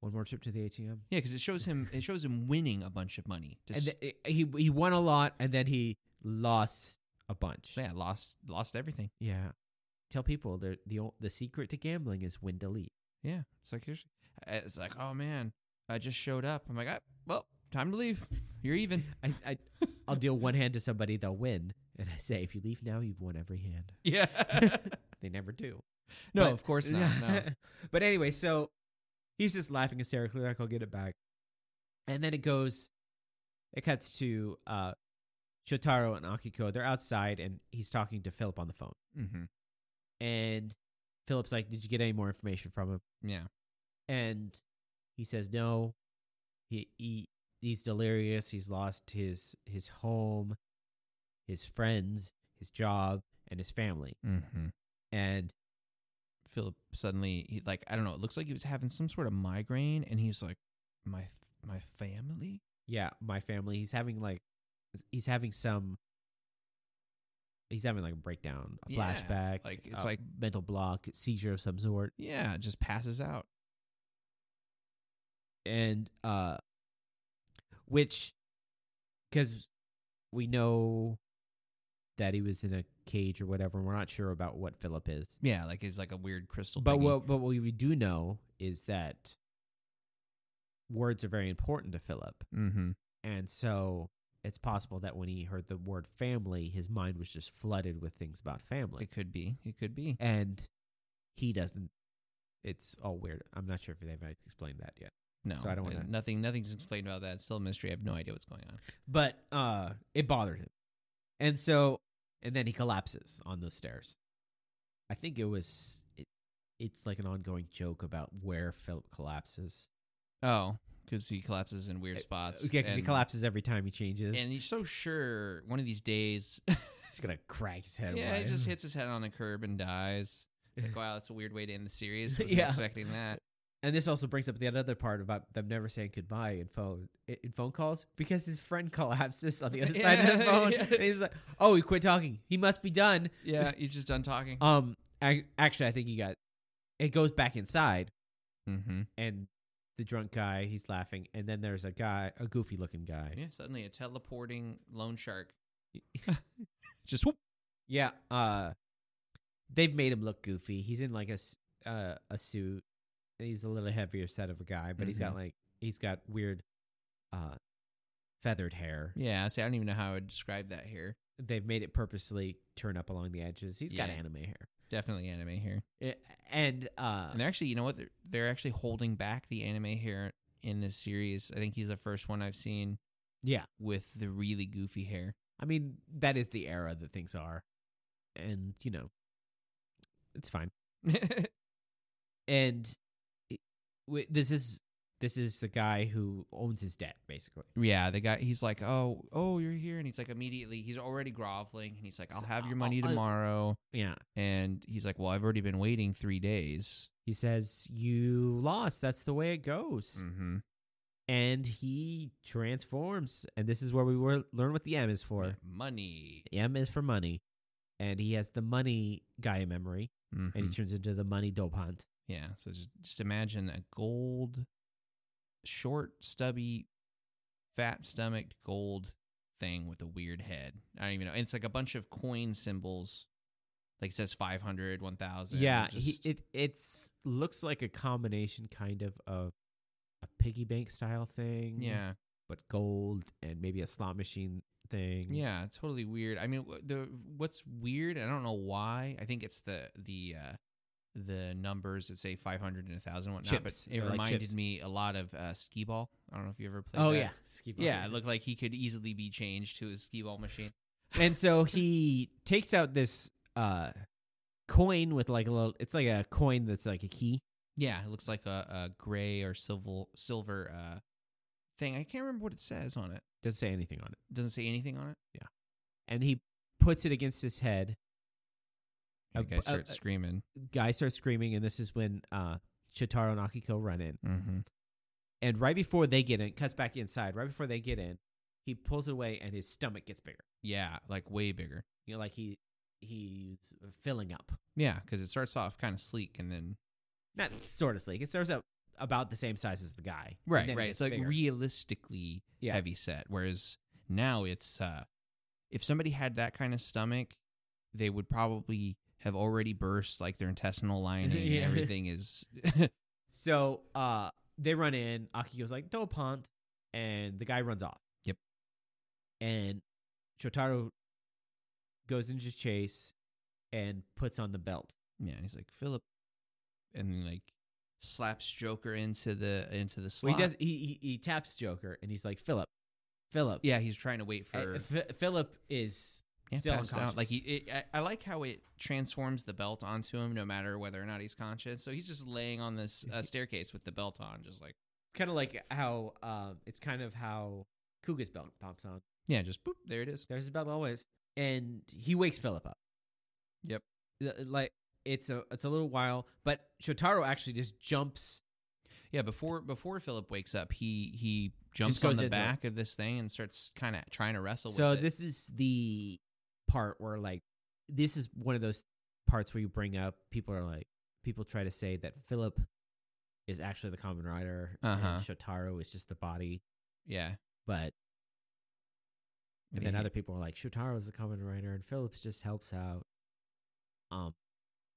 one more trip to the ATM,
Yeah, because it shows him it shows him winning a bunch of money.
and
Just
th- he he won a lot, and then he lost a bunch.
yeah, lost lost everything.
Yeah. Tell people they're, the o- the secret to gambling is win delete.
Yeah. It's like here's, it's like oh man, I just showed up. I'm like ah, well, time to leave. You're even.
[laughs] I, I I'll deal one hand to somebody, they'll win, and I say if you leave now, you've won every hand.
[laughs] Yeah.
They never do.
no,
But-
of course not.
[laughs]
No.
but anyway, so he's just laughing hysterically, like I'll get it back, and then it goes. It cuts to uh, Shotaro and Akiko. They're outside, and he's talking to Philip on the phone.
hmm
And Philip's like, "Did you get any more information from him?"
Yeah.
and he says no he, he he's delirious he's lost his his home his friends his job and his family
Mm-hmm.
and
Philip suddenly he like I don't know, it looks like he was having some sort of migraine and he's like my my family?
yeah my family he's having like he's having some he's having like a breakdown a
Yeah,
flashback
like, it's
a
like-
mental block seizure of some sort
Yeah, just passes out.
and uh which because we know that he was in a cage or whatever and we're not sure about what philip is
Yeah, like it's like a weird crystal
but
thingy.
what but what we do know is that words are very important to philip
mm-hmm.
and so it's possible that when he heard the word family his mind was just flooded with things about family
it could be. It could be.
and he doesn't it's all weird i'm not sure if they've explained that yet
No.
so I don't
uh,
wanna-
nothing nothing's explained about that. It's still a mystery. I have no idea what's going on.
but uh it bothered him and so and then he collapses on those stairs i think it was it, it's like an ongoing joke about where philip collapses
Oh, because he collapses in weird
Uh,
spots.
yeah because he
and-
collapses every time he changes
And he's so sure one of these
[laughs]
days
he's gonna crack his head
[laughs] Yeah,
wide.
he just hits his head on a curb and dies.
[laughs]
It's like, wow, that's a weird way to end the series. I wasn't
Yeah.
expecting that.
and this also brings up the other part about them never saying goodbye in phone i- in phone calls because his friend [laughs] collapses on the other side of the
Yeah,
phone
yeah.
and he's like oh he quit talking he must be done
Yeah, he's just done talking.
um I, actually i think he got it goes back inside
mm-hmm.
and the drunk guy he's laughing and then there's a guy a goofy looking guy
Yeah, suddenly a teleporting loan shark. [laughs] Just whoop.
yeah uh they've made him look goofy he's in like a s- uh, a suit he's a little heavier set of a guy but he's got
Mm-hmm.
like he's got weird uh feathered hair
Yeah, see, I don't even know how I would describe that here.
they've made it purposely turn up along the edges He's got
Yeah.
anime hair
Definitely anime here.
It- and uh
And they're actually, you know what? They're, they're actually holding back the anime here in this series. I think he's the first one I've seen
yeah
with the really goofy hair. [laughs]
i mean that is the era that things are and you know it's fine and it- wi- this is this is the guy who owns his debt basically
yeah, the guy, he's like, oh, oh, you're here. And he's like, immediately, he's already groveling. And he's like, I'll
So-
have your
I'll-
money
I'll-
tomorrow.
yeah
And he's like, well, I've already been waiting three days.
he says you lost that's the way it goes
Mm-hmm.
and he transforms and this is where we were learn what the m is for
money.
The m is for money and he has the money Gaia memory and
Mhm.
he turns into the money dope hunt
Yeah. So just, just imagine a gold, short, stubby, fat stomached gold thing with a weird head. I don't even know. And it's like a bunch of coin symbols. Like it says 500, 1,000.
yeah
just-
he, it it's looks like a combination kind of of a piggy bank style thing
yeah.
but gold and maybe a slot machine thing
Yeah. Totally weird. I mean, wh- the what's weird, I don't know why. I think it's the, the, uh, the numbers that say 500 and 1,000 and whatnot,
Chips.
but it
They're like
reminded
chips.
me a lot of uh, skee ball. I don't know if you ever played
Oh
that.
yeah, skee ball.
Yeah, it looked like he could easily be changed to a skee ball machine.
and so he takes out this uh coin with like a little. It's like a coin that's like a key.
Yeah, it looks like a, a gray or silver silver uh, thing. I can't remember what it says on it.
Doesn't say anything on it.
Doesn't say anything on it.
And he puts it against his head.
The
A-
guy starts
a-
screaming.
Guy starts screaming, and this is when uh Shitaro and Akiko run in.
Mm-hmm.
And right before they get in, cuts back inside. Right before they get in, he pulls away, and his stomach gets bigger.
Yeah, like way bigger.
You know, like he he's filling up.
Yeah, because it starts off kind of sleek and then
Not sort of sleek. It starts out about the same size as the guy. and
right,
then it
right.
gets
It's like
bigger.
realistically
Yeah.
heavy set. Whereas now it's uh, if somebody had that kind of stomach, they would probably have already burst like their intestinal lining.
[laughs] Yeah.
and Everything is
So uh they run in, Akiko's like, Dopant, and the guy runs off.
Yep.
And Shotaro goes into chase and puts on the belt.
yeah. And he's like Philip, and then, like slaps Joker into the into the
Well,
slot.
he does he, he he taps Joker and he's like, Philip, Philip.
Yeah, he's trying to wait for.
Uh, Ph- Philip is
Yeah,
still
passed out.
unconscious.
Like he, it, I, I like how it transforms the belt onto him, no matter whether or not he's conscious. So he's just laying on this
[laughs]
uh, staircase with the belt on, just like
kind of like how um it's kind of how Kuga's belt pops on.
yeah, just boop, there it is.
There's his belt always. And he wakes Philip up.
Yep.
L- Like it's a it's a little while, but Shotaro actually just jumps.
Yeah, before before Philip wakes up, he he jumps
Just
on
goes
the
into it.
back of this thing and starts kind of trying to wrestle.
So
with it.
this is the part where like this is one of those parts where you bring up people are like people try to say that Philip is actually the common rider
Uh-huh.
and Shotaro is just the body,
yeah,
but and then
he-
other people are like Shotaro is the common rider and Phillips just helps out. Um,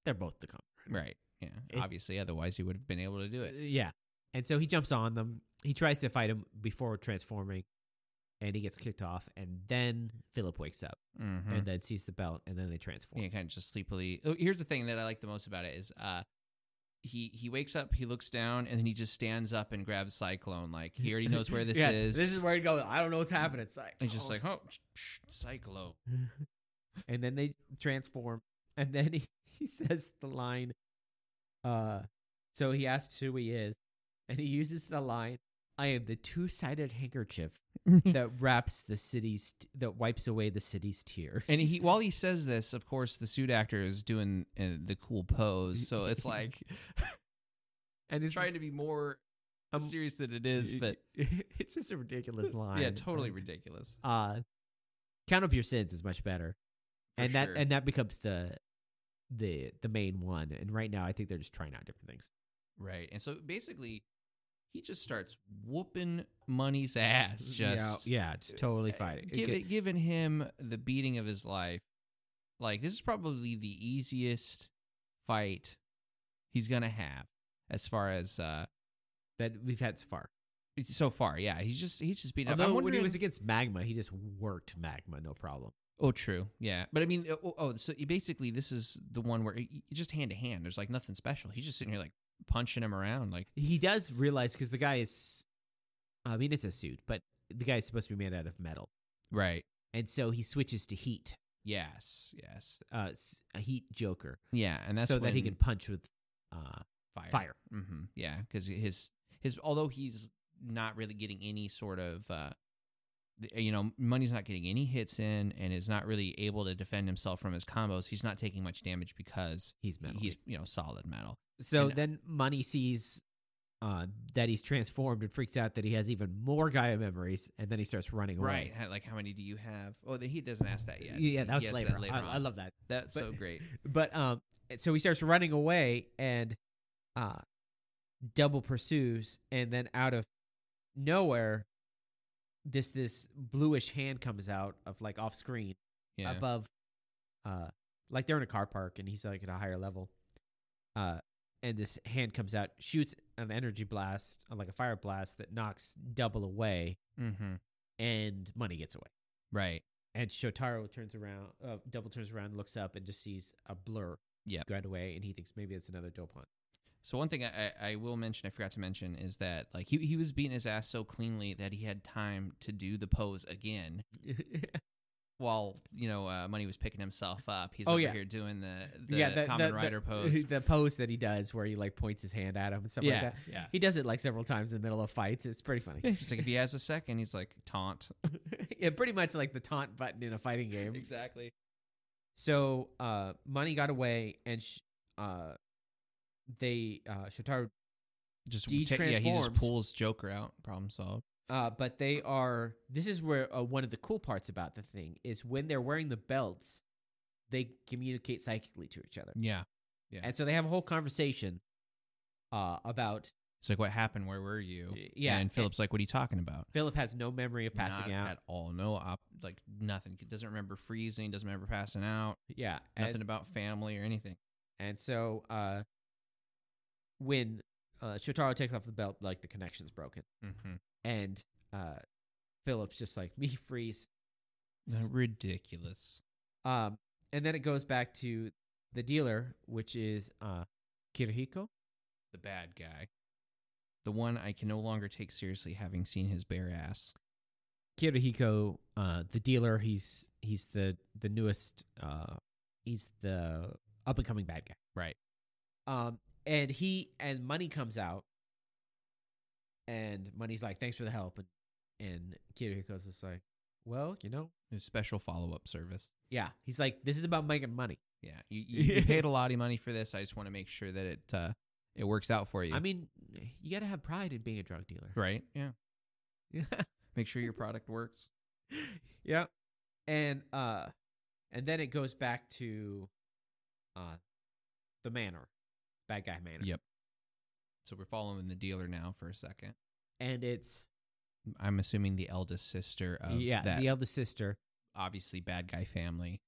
they're both the common rider.
right, yeah,
It-
obviously, otherwise he would have been able to do
Uh,
it.
Yeah. And so he jumps on them. He tries to fight him before transforming, and he gets kicked off. And then Philip wakes up
Mm-hmm.
and then sees the belt, and then they transform.
Yeah, kind of just sleepily. Oh, here's the thing that I like the most about it is uh he he wakes up, he looks down, and then he just stands up and grabs Cyclone. Like he already
[laughs]
knows where this
Yeah,
is.
This is where it goes. I don't know what's happening. It's like
he's just like, oh, psh, psh,
[laughs]
Cyclone.
and then they transform, and then he, [laughs] he says the line. Uh, so he asks who he is, and he uses the line, "I am the two-sided
[laughs]
handkerchief that wraps the city's t- that wipes away the city's tears."
And he while he says this, of course, the suit actor is doing uh, the cool pose.
[laughs]
So it's like
and it's
trying
just-
to be more
Um, [laughs]
serious than it is, but
it's just a ridiculous line.
yeah, totally ridiculous.
Uh, count up your sins is much better,
For
and that
sure.
and that becomes the the the main one. And right now, I think they're just trying out different things.
Right. And so basically, he just starts whooping money's ass. Just
yeah, yeah, just totally
Uh,
fighting.
Give, giving him the beating of his life. Like this is probably the easiest fight he's gonna have as far as uh
that we've had so far.
so far. Yeah, he's just he's just beating. up. I'm
Although when he
wondering-
was against Magma, he just worked Magma, no problem.
oh, true. Yeah, but I mean, oh, oh, oh, so basically this is the one where he- he just hand to hand. There's like nothing special. He's just sitting here like punching him around. Like
He does realize because the guy is, I mean, it's a suit, but the guy is supposed to be made out of metal,
right.
and so he switches to heat,
Yes. Yes.
uh, s- a heat Joker,
Yeah, and that's
so that he
when
can punch with, uh,
fire.
fire.
Mm-hmm. Yeah, because his his although he's not really getting any sort of uh, th- you know money's not getting any hits in and is not really able to defend himself from his combos. He's not taking much damage because
he's metal.
he's you know solid metal.
So
And- uh,
then Money sees uh, that he's transformed and freaks out that he has even more Gaia memories, and then he starts running away.
How- Like how many do you have? Oh, the, he doesn't ask that
Yeah,
yet.
that was
He asks
later. I, I
on.
love that.
that's
but- [laughs]
so great.
But um, so he starts running away and uh, double pursues, and then out of nowhere, this this bluish hand comes out of like off screen
Yeah,
above uh like they're in a car park and he's like at a higher level uh and this hand comes out shoots an energy blast uh, like a fire blast that knocks double away
mm-hmm.
and money gets away
right.
and shotaro turns around uh, double turns around looks up and just sees a blur
Yep.
Got away, and he thinks maybe it's another dope [laughs] hunt.
So one thing I, I I will mention, I forgot to mention, is that like he he was beating his ass so cleanly that he had time to do the pose again while you know uh, Money was picking himself up. He's
Oh,
over
yeah.
here doing the, the common
[laughs]
rider pose.
The pose that he does where he like points his hand at him and stuff
yeah,
like that.
yeah.
He does it like several times in the middle of fights. It's pretty funny.
[laughs] It's just like if he has a second, he's like taunt.
yeah, pretty much like the taunt button in a fighting game.
Exactly.
So uh, Money got away, and sh- uh, they uh, Shotaro,
Just
He
ta- yeah, he just
transforms.
pulls Joker out. Problem solved.
uh, but they are. This is where uh, one of the cool parts about the thing is when they're wearing the belts, they communicate psychically to each other,
Yeah.
and so they have a whole conversation uh, about.
It's like what happened? Where were you?
Yeah,
And Philip's like, what are you talking about?
Philip has no memory of passing
Not
out.
at all. No, op- like nothing. He doesn't remember freezing. Doesn't remember passing out.
yeah,
Nothing
and,
about family or anything.
and so uh, when uh, Shotaro takes off the belt, like the connection's broken.
Mm-hmm.
and uh Phillips just like [laughs] me freeze.
Ridiculous.
Um and then it goes back to the dealer, which is uh Kirihiko.
The bad guy. The one I can no longer take seriously, having seen his bare ass.
Kirihiko, uh the dealer, he's he's the the newest uh he's the up and coming bad guy.
Right.
Um and he and money comes out and money's like, Thanks for the help and and Kirihiko's just like, Well, you know
His special follow up service.
Yeah. He's like, This is about making money.
Yeah, you, you,
[laughs]
you paid a lot of money for this. I just want to make sure that it uh, it works out for you.
I mean, you gotta have pride in being a drug dealer.
right? Yeah.
Yeah.
Make sure your product works.
[laughs] yeah. And uh and then it goes back to uh the manor. Bad guy manor.
Yep. So we're following the dealer now for a second.
And it's
I'm assuming the eldest sister of
yeah,
that
the eldest sister.
obviously bad guy family,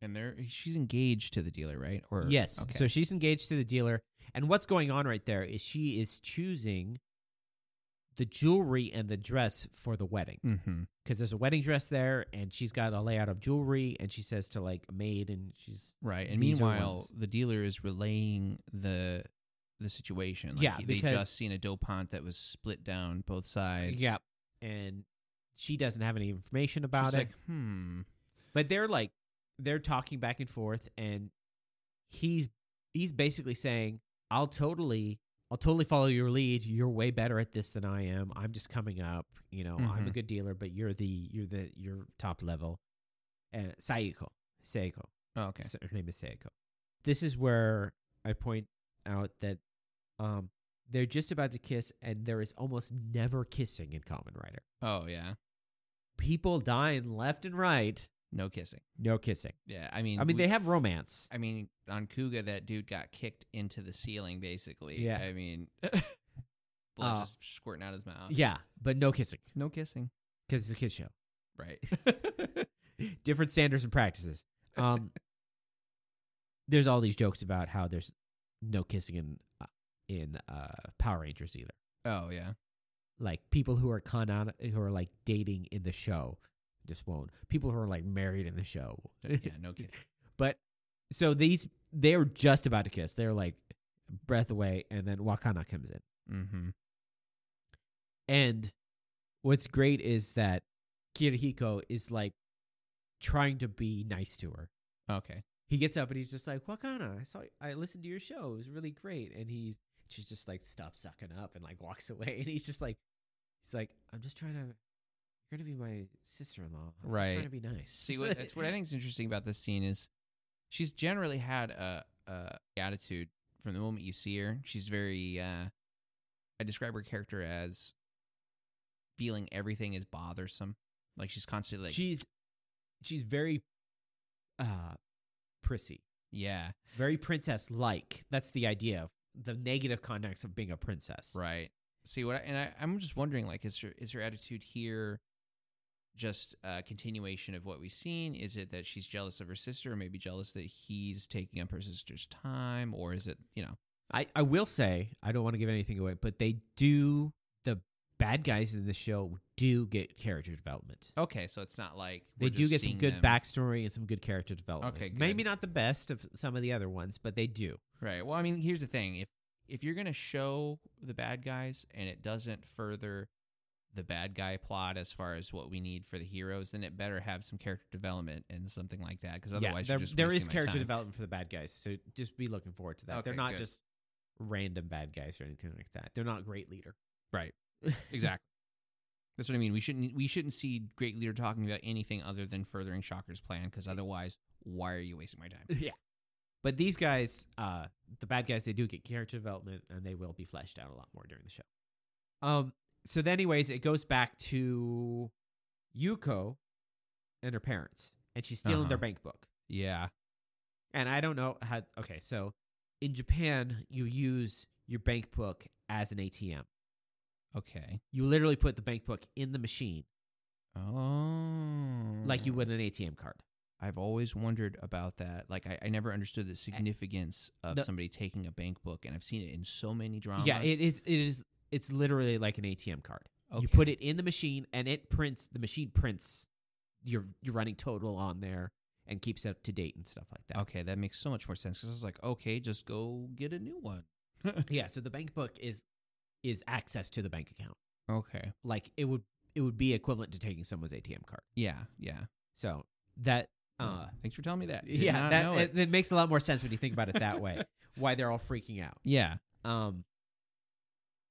and they're she's engaged to the dealer, right? Or
yes.
okay.
So she's engaged to the dealer. And what's going on right there is she is choosing the jewelry and the dress for the wedding.
mm-hmm.
Because there's a wedding dress there and she's got a layout of jewelry and she says to like a maid and she's
right, and
These are
meanwhile
ones-
the dealer is relaying the the situation. Like
Yeah,
they
because-
just seen a dope hunt that was split down both sides.
Yep. And she doesn't have any information
She's
about it.
like, hmm.
But they're like they're talking back and forth and he's he's basically saying, I'll totally I'll totally follow your lead. You're way better at this than I am. I'm just coming up, you know, I'm a
Mhm.
good dealer, but you're the you're the you're top level. And Saiko. Saiko.
Oh, okay.
So her name is Seiko. This is where I point out that um they're just about to kiss and there is almost never kissing in Common Rider.
Oh yeah.
People dying left and right,
No kissing.
no kissing.
Yeah, I mean,
I mean,
we- Uh,
they have romance.
I mean, on Kuga, that dude got kicked into the ceiling, basically.
Yeah. [laughs]
I mean, blood
Uh,
just squirting out his mouth.
Yeah, but no kissing
No kissing.
because it's a
[laughs]
kid show.
Right.
Different standards and practices.
[laughs]
Um, there's all these jokes about how there's no kissing in uh, in uh, Power Rangers either.
Oh yeah.
Like people who are con on, who are like dating in the show just won't. People who are like married in the show.
Yeah, no kissing.
[laughs] But so these they're just about to kiss. They're like breath away, and then Wakana comes in.
Mm-hmm.
And what's great is that Kirihiko is like trying to be nice to her.
Okay.
He gets up and he's just like, Wakana, I saw I listened to your show. It was really great. And he's she's just like stops sucking up and like walks away. [laughs] And he's just like he's like, I'm just trying to you're gonna be my sister in law. I'm
Right.
Just trying to be nice.
See, what,
[laughs]
that's what I think is interesting about this scene is she's generally had a, a attitude from the moment you see her. She's very. uh I describe her character as feeling everything is bothersome. Like she's constantly like,
she's she's very uh prissy.
yeah,
Very princess like. That's the idea of the negative context of being a princess.
Right. See what? I, and I, I'm just wondering, like, is her is her attitude here just a continuation of what we've seen? Is it that she's jealous of her sister, or maybe jealous that he's taking up her sister's time, or is it you know?
I, I will say I don't want to give anything away, but they do the bad guys in the show do get character development.
Okay, so it's not like
They
Oh, we're
do
just
get some
seeing
good
them.
backstory and some good character development.
Okay,
Maybe
good.
not the best of some of the other ones, but they do.
Right. Well, I mean, here's the thing: if if you're gonna show the bad guys and it doesn't further the bad guy plot as far as what we need for the heroes, then it better have some character development and something like that. Because otherwise,
yeah, there,
you're just
there
wasting
is
my
character
time.
development for the bad guys, so just be looking forward to that. They're
Okay,
not
good.
just random bad guys or anything like that. They're not great leader. [laughs]
Right. Exactly. That's what I mean. We shouldn't we shouldn't see Great Leader talking about anything other than furthering Shocker's plan. Because otherwise, why are you wasting my
[laughs]
time?
yeah. But these guys, uh, the bad guys, they do get character development and they will be fleshed out a lot more during the show. Um, so then anyways, it goes back to Yuko and her parents, and she's stealing their
Uh-huh.
bank book.
Yeah.
And I don't know how okay, so in Japan, you use your bank book as an ATM.
Okay.
You literally put the bank book in the machine
Oh.
like you would an ATM card.
I've always wondered about that. Like, I, I never understood the significance of
The-
somebody taking a bank book, and I've seen it in so many dramas.
Yeah, it is it is it's literally like an ATM card. You
Okay.
put it in the machine and it prints the machine prints your your running total on there and keeps it up to date and stuff like that.
Okay, that makes so much more sense. Because I was like, okay, just go get a new one.
Yeah, so the bank book is is access to the bank account.
Okay.
Like it would it would be equivalent to taking someone's ATM card.
Yeah. Yeah.
So that uh
Uh, Thanks for telling me that. Did
yeah,
not
that
know
it.
it.
It, makes a lot more sense when you think about it
[laughs]
that way. why they're all freaking out.
yeah.
Um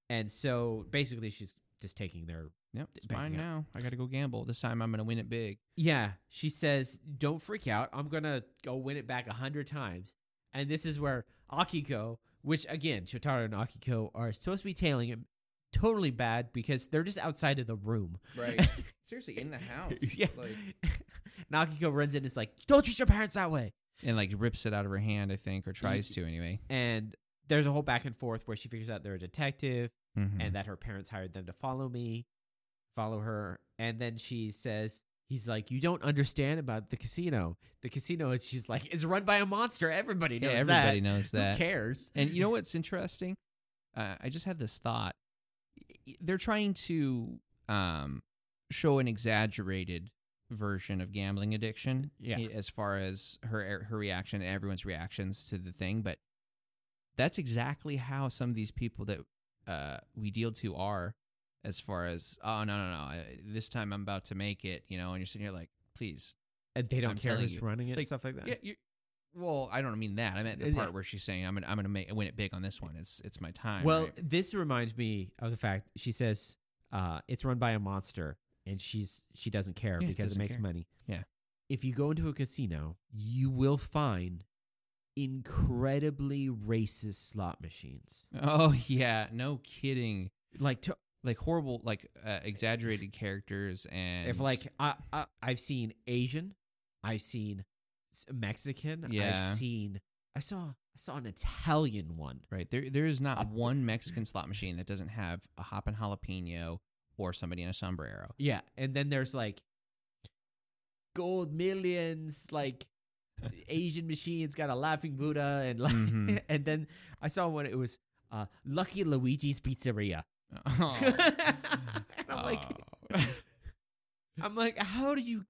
and so basically she's just taking their
Yep. It's
Bank
mine now. I got to go gamble. This time I'm going to win it big.
Yeah, she says, "Don't freak out. I'm gonna go win it back a hundred times." And this is where Akiko, which again, Shotaro and Akiko are supposed to be tailing him, totally bad because they're just outside of the room.
Right. [laughs] Seriously,
[laughs]
in the house.
yeah. and Akiko runs in. and is like, "Don't treat your parents that way."
and like rips it out of her hand, I think, or tries to anyway.
And there's a whole back and forth where she figures out they're a detective
Mhm.
and that her parents hired them to follow me, follow her, and then she says. He's like, you don't understand about the casino. The casino is, she's like, it's run by a monster. Everybody
yeah,
knows that.
everybody knows that.
Who cares?
And you know what's interesting? Uh, I just had this thought. They're trying to um, show an exaggerated version of gambling addiction,
Yeah.
i- as far as her her reaction, everyone's reactions to the thing. But that's exactly how some of these people that uh, we deal to are, as far as oh no no no, I, this time I'm about to make it, you know. And you're sitting here like, please,
And they don't
I'm
care
telling
who's
you.
running it and
Like,
stuff like that. Uh,
yeah, you. Well, I don't mean that. I meant the
Yeah.
part where she's saying, "I'm gonna, I'm gonna make, win it big on this one. It's, it's my time."
well,
right?
this reminds me of the fact she says uh, it's run by a monster, and she's she doesn't care
Yeah,
because it
doesn't
makes
care.
money.
Yeah.
If you go into a casino, you will find incredibly racist slot machines,
Oh yeah, no kidding.
like to,
Like horrible, like uh, exaggerated characters and
if like I, I I've seen Asian, I've seen s- Mexican,
Yeah.
I've seen I saw I saw an Italian one.
right there, there is not
Up-
one Mexican slot machine that doesn't have a hop and jalapeno or somebody in
[laughs]
a sombrero.
Yeah, and then there's like gold millions,
[laughs]
like Asian machines got a laughing Buddha, and like,
Mhm.
[laughs] and then I saw one. It was uh, Lucky Luigi's Pizzeria. [laughs]
Oh.
and I'm like,
Oh.
I'm like, how do you?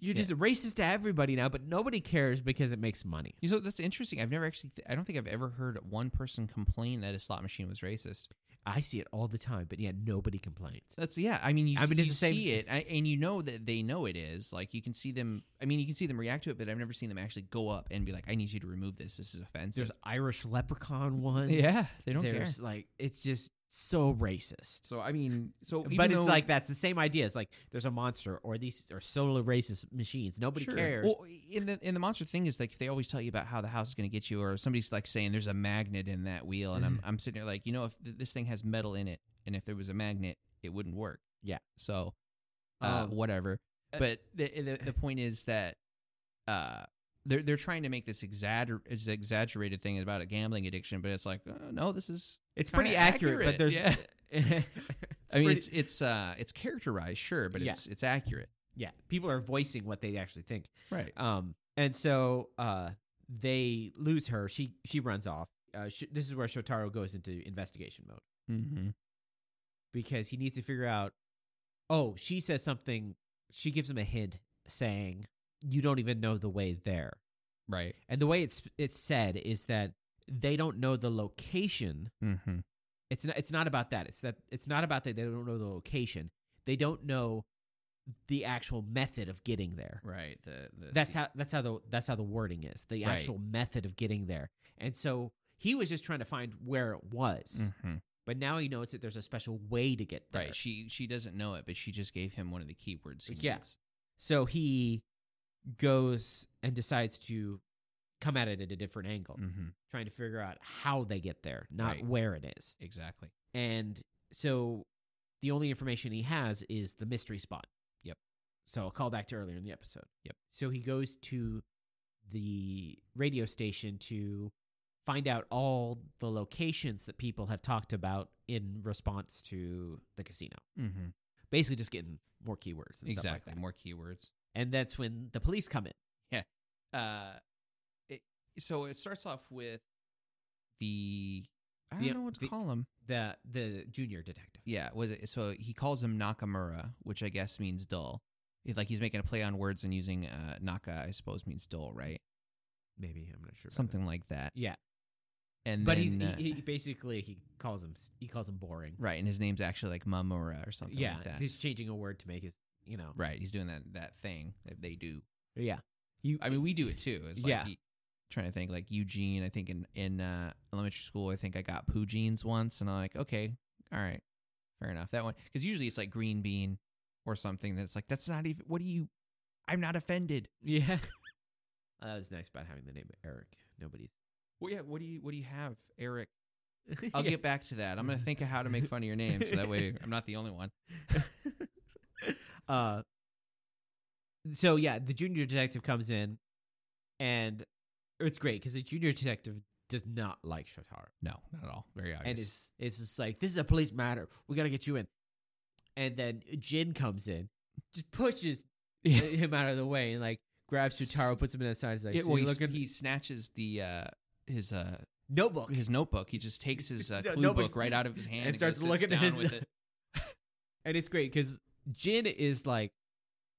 You're just racist to everybody now, but nobody cares because it makes money.
You know, that's interesting. I've never actually, th- I don't think I've ever heard one person complain that a slot machine was racist.
I see it all the time, but yeah, nobody complains.
That's yeah. I mean, you,
I
s-
mean, it's
you
the same-
see it, I, and you know that they know it is. Like you can see them. I mean, you can see them react to it, but I've never seen them actually go up and be like, "I need you to remove this. This is offensive."
There's Irish leprechaun ones.
yeah, they don't care.
there's like it's just so racist.
So I mean, so even
but it's
though-
like that's the same idea. It's like there's a monster or these or solar racist machines. Nobody
Sure.
cares.
Well, in the in the monster thing is like they always tell you about how the house is going to get you, or somebody's like saying there's a magnet in that wheel, and
Mm-hmm.
I'm I'm sitting there like, you know, if th- this thing has metal in it, and if there was a magnet, it wouldn't work.
Yeah.
So, uh,
Um,
whatever.
uh,
But the, the
[laughs]
the point is that uh, they're they're trying to make this exagger- it's an exaggerated thing about a gambling addiction, but it's like, uh, no, this is.
it's
kinda
pretty accurate, but there's
yeah.
[laughs] yeah.
I mean,
pretty-
it's it's uh, it's characterized, sure, but
Yeah.
it's it's accurate, Uh,
people are voicing what they actually think.
right?
Um, and so uh, they lose her. She she runs off. Uh, sh- this is where Shotaro goes into investigation mode,
Mm-hmm.
because he needs to figure out. Oh, she says something. She gives him a hint saying, "You don't even know the way there."
Right.
And the way it's it's said is that they don't know the location.
Mm-hmm.
It's not it's not about that. It's that it's not about that they don't know the location. They don't know the actual method of getting there.
Right. The, the
That's
se-
how that's how the that's how the wording is. The
Right.
actual method of getting there. And so he was just trying to find where it was.
Mhm.
But now he knows that there's a special way to get there.
Right. She she doesn't know it, but she just gave him one of the keywords he
Yeah.
needs.
So he goes and decides to come at it at a different angle,
Mm-hmm.
trying to figure out how they get there, not
Right.
where it is.
Exactly.
And so the only information he has is the mystery spot.
Yep.
So a call back to earlier in the episode.
Yep.
So he goes to the radio station to find out all the locations that people have talked about in response to the casino.
Mm-hmm.
Basically just getting more keywords and stuff like
Exactly.
that.
More keywords.
And that's when the police come in.
Uh, it, so it starts off with the I don't
The-
know what to
the-
call him.
The the junior detective.
Yeah, was it? So he calls him Nakamura, which I guess means dull. It's like he's making a play on words and using uh, Naka, I suppose means dull, right?
Maybe I'm not sure. about
Something like that.
Yeah.
And
that. But
then,
he's
uh,
he, he basically he calls him he calls him boring.
right, and his name's actually like Mamura or something
yeah,
like that.
he's changing a word to make his you know.
right, he's doing that that thing that they do.
Yeah. You
I mean, we do it too. It's like
Yeah.
he- trying to think like Eugene. I think in in uh, elementary school, I think I got poo jeans once, and I'm like, okay, all right, fair enough. That one because usually it's like green bean or something. That's like that's not even. What do you? I'm not offended.
Yeah. [laughs] Oh, that was nice about having the name Eric.
[laughs]
Nobody's
Well, yeah. What do you? What do you have, Eric? I'll get back to that. I'm gonna think of how to make fun of your name, so
[laughs]
that way I'm not the only one.
uh so yeah, the junior detective comes in and it's great because the junior detective does not like Shotaro.
No, not at all. Very obvious.
and it's it's just like this is a police matter. We gotta get you in. And then Jin comes in, just pushes
Yeah.
him out of the way, and like grabs Shotaro, puts him in the side. He's like,
Yeah,
"So
well,
you're
he,
looking
he snatches the uh, his uh,
notebook.
his notebook. He just takes
[laughs]
his uh,
No-
clue
notebook's-
book right out of his
[laughs]
hand
and starts
goes, sits
looking at
down
his-
with it.
and it's great because Jin is like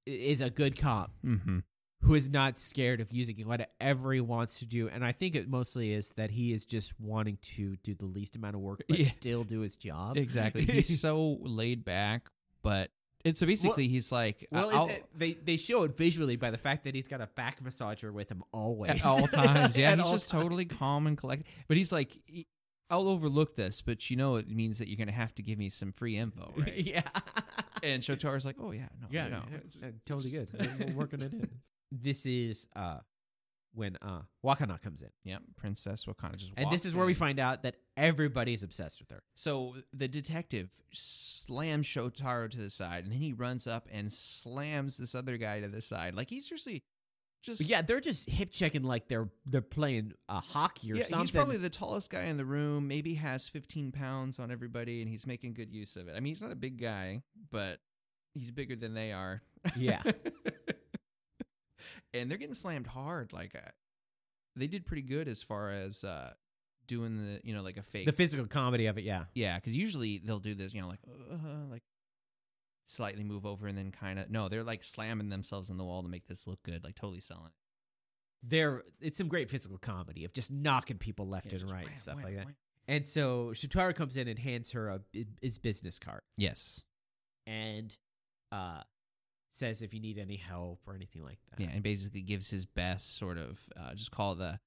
is a good cop
Mm-hmm.
who is not scared of using whatever he wants to do, and I think it mostly is that he is just wanting to do the least amount of work but
[laughs] Yeah.
still do his job. [laughs]
Exactly. He's so laid back, but and so basically he's like I-
Well,
I'll-
it, it- they they show it visually by the fact that he's got a back massager with him always [laughs]
at all times. Yeah,
At
he's
all [laughs]
just totally calm and collected. But he's like "E- I'll overlook this, but you know it means that you're going to have to give me some
[laughs]
free info, right?
yeah.
and Shotaro's like, "Oh yeah, no.
Yeah,
no,
yeah,
it's-
yeah,
it's
totally
just-
good. We're- we're working it [laughs] in." This is uh when uh Wakana comes in.
Yeah, Princess Wakanda just
And
walks
this is where we
in.
find out that everybody's obsessed with her.
So the detective slams Shotaro to the side, and then he runs up and slams this other guy to the side. Like he's seriously just
But yeah, they're just hip checking like they're they're playing uh, hockey or
yeah,
something.
he's probably the tallest guy in the room. Maybe has 15 pounds on everybody, and he's making good use of it. I mean, he's not a big guy, but he's bigger than they are.
[laughs] yeah.
and they're getting slammed hard. Like uh, they did pretty good as far as uh, doing the you know like a fake.
The physical comedy of it, yeah.
yeah, because usually they'll do this. You know, like uh, like slightly move over and then kind of no, they're like slamming themselves on the wall to make this look good. Like totally selling. it.
They're it's some great physical comedy of just knocking people left
Yeah,
and
just
right
wham,
and stuff
wham,
like that.
wham.
And so Shutara comes in and hands her a, his business card
Yes.
and uh says if you need any help or anything like that.
Yeah, and basically gives his best sort of uh, just call it the